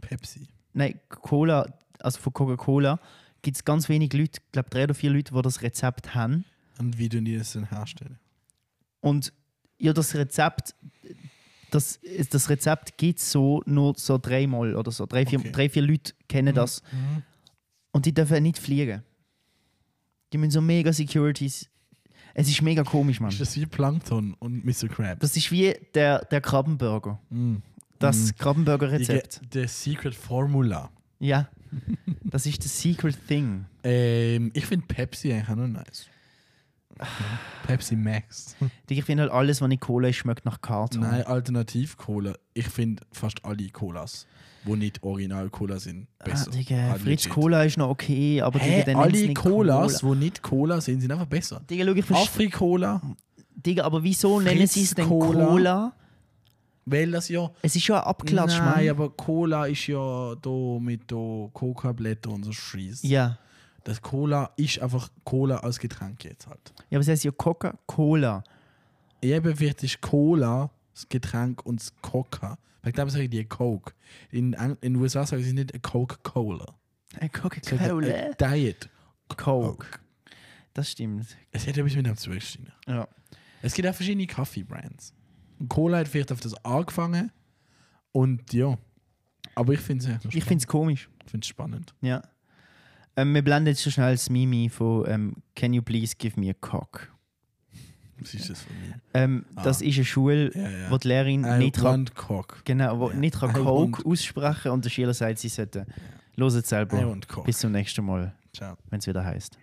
Speaker 7: Pepsi.
Speaker 3: Nein, Cola, also von Coca-Cola, gibt es ganz wenig Leute, ich glaube drei oder vier Leute, die das Rezept haben.
Speaker 7: Und wie du die das dann herstellen.
Speaker 3: Und ja, das Rezept, das, das Rezept gibt es so nur so dreimal oder so. Drei, vier,
Speaker 7: Okay. Mhm.
Speaker 3: drei, vier Leute kennen das. Und die dürfen nicht fliegen. Die müssen so mega Securities. Es ist mega komisch, Mann.
Speaker 7: Ist das wie Plankton und Mr. Krabs?
Speaker 3: Das ist wie der, der Krabbenburger.
Speaker 7: Mhm.
Speaker 3: Das Krabbenburger-Rezept.
Speaker 7: The Secret Formula.
Speaker 3: Ja. Das ist das Secret Thing.
Speaker 7: Ähm, ich finde Pepsi eigentlich auch noch nice. Pepsi Max.
Speaker 3: Digga, Ich finde halt alles, was nicht Cola ist, schmeckt nach Karton.
Speaker 7: Nein, Alternativ-Cola. Ich finde fast alle Colas, die nicht Original-Cola sind,
Speaker 3: Ah,
Speaker 7: besser.
Speaker 3: Digga,
Speaker 7: Halt
Speaker 3: Fritz
Speaker 7: legit.
Speaker 3: Cola ist noch okay, aber
Speaker 7: Hä,
Speaker 3: Digga, dann nennt's
Speaker 7: alle
Speaker 3: nicht
Speaker 7: Colas,
Speaker 3: Cola.
Speaker 7: die nicht Cola sind, sind einfach besser.
Speaker 3: Digga, schau, ich verstehe
Speaker 7: Afri-Cola,
Speaker 3: Digga, aber wieso nennen
Speaker 7: Fritz
Speaker 3: sie es denn
Speaker 7: Cola.
Speaker 3: Cola,
Speaker 7: Weil das ja.
Speaker 3: Es ist ja ein Abklatsch,
Speaker 7: Nein,
Speaker 3: Mann.
Speaker 7: aber Cola ist ja da mit da Coca-Blätter und so Scheiß.
Speaker 3: Ja.
Speaker 7: Das Cola ist einfach Cola als Getränk jetzt halt.
Speaker 3: ja, aber es heißt ja Coca-Cola.
Speaker 7: Eben wird ist Cola das Getränk und das Coca. Weil ich glaube, sagen die Coke. In, Eng- in den USA sagen sie nicht Coca-Cola.
Speaker 3: Äh,
Speaker 7: Sie sagen,
Speaker 3: Coca-Cola.
Speaker 7: äh, Diet.
Speaker 3: Coke. Das stimmt.
Speaker 7: Es hat etwas mit dem zu tun.
Speaker 3: Ja.
Speaker 7: Es gibt auch verschiedene Kaffee-Brands. Und Cola hat vielleicht auf das angefangen. Und ja. Aber ich finde es
Speaker 3: Ich finde es komisch.
Speaker 7: spannend.
Speaker 3: Ja. Ähm, wir blenden jetzt schon schnell das Mimi von ähm, Can you please give me a cock?
Speaker 7: Was ist das von mir?
Speaker 3: Ähm, Das ist eine Schule,
Speaker 7: Ah. ja.
Speaker 3: wo die Lehrerin nicht,
Speaker 7: I
Speaker 3: kann-
Speaker 7: want Cock.
Speaker 3: genau, wo nicht kann
Speaker 7: I
Speaker 3: Coke
Speaker 7: want-
Speaker 3: aussprechen und der Schüler sagt, sie sollten. Los es
Speaker 7: I
Speaker 3: selber.
Speaker 7: want Cock.
Speaker 3: Bis zum nächsten Mal,
Speaker 7: Ciao.
Speaker 3: wenn es wieder heißt.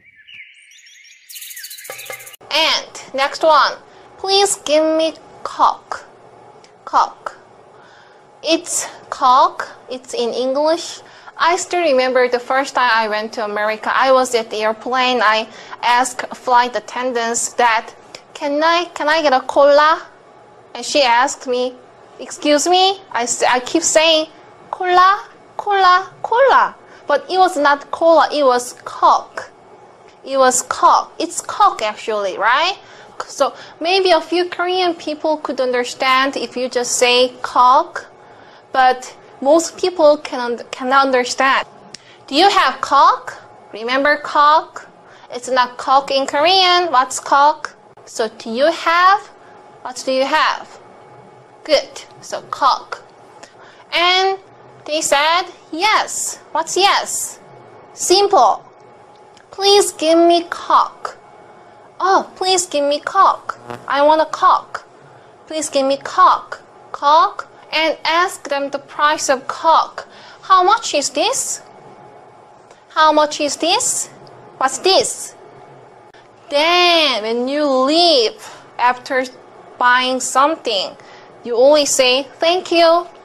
Speaker 10: And next one, please give me cock. Cock. It's cock. It's in English. I still remember the first time I went to America. I was at the airplane. I asked flight attendants that, "Can I can I get a cola?" And she asked me, "Excuse me?" I s- I keep saying, "Cola, cola, cola," but it was not cola. It was cock it was cock. It's cock actually, right? So maybe a few Korean people could understand if you just say cock, but most people can cannot understand. Do you have cock? Remember cock? It's not cock in Korean. What's cock? So do you have? What do you have? Good. So cock. And they said yes. What's yes? Simple. Please give me cock. Oh, please give me cock. I want a cock. Please give me cock. Cock. And ask them the price of cock. How much is this? How much is this? What's this? Then, when you leave after buying something, you always say, Thank you.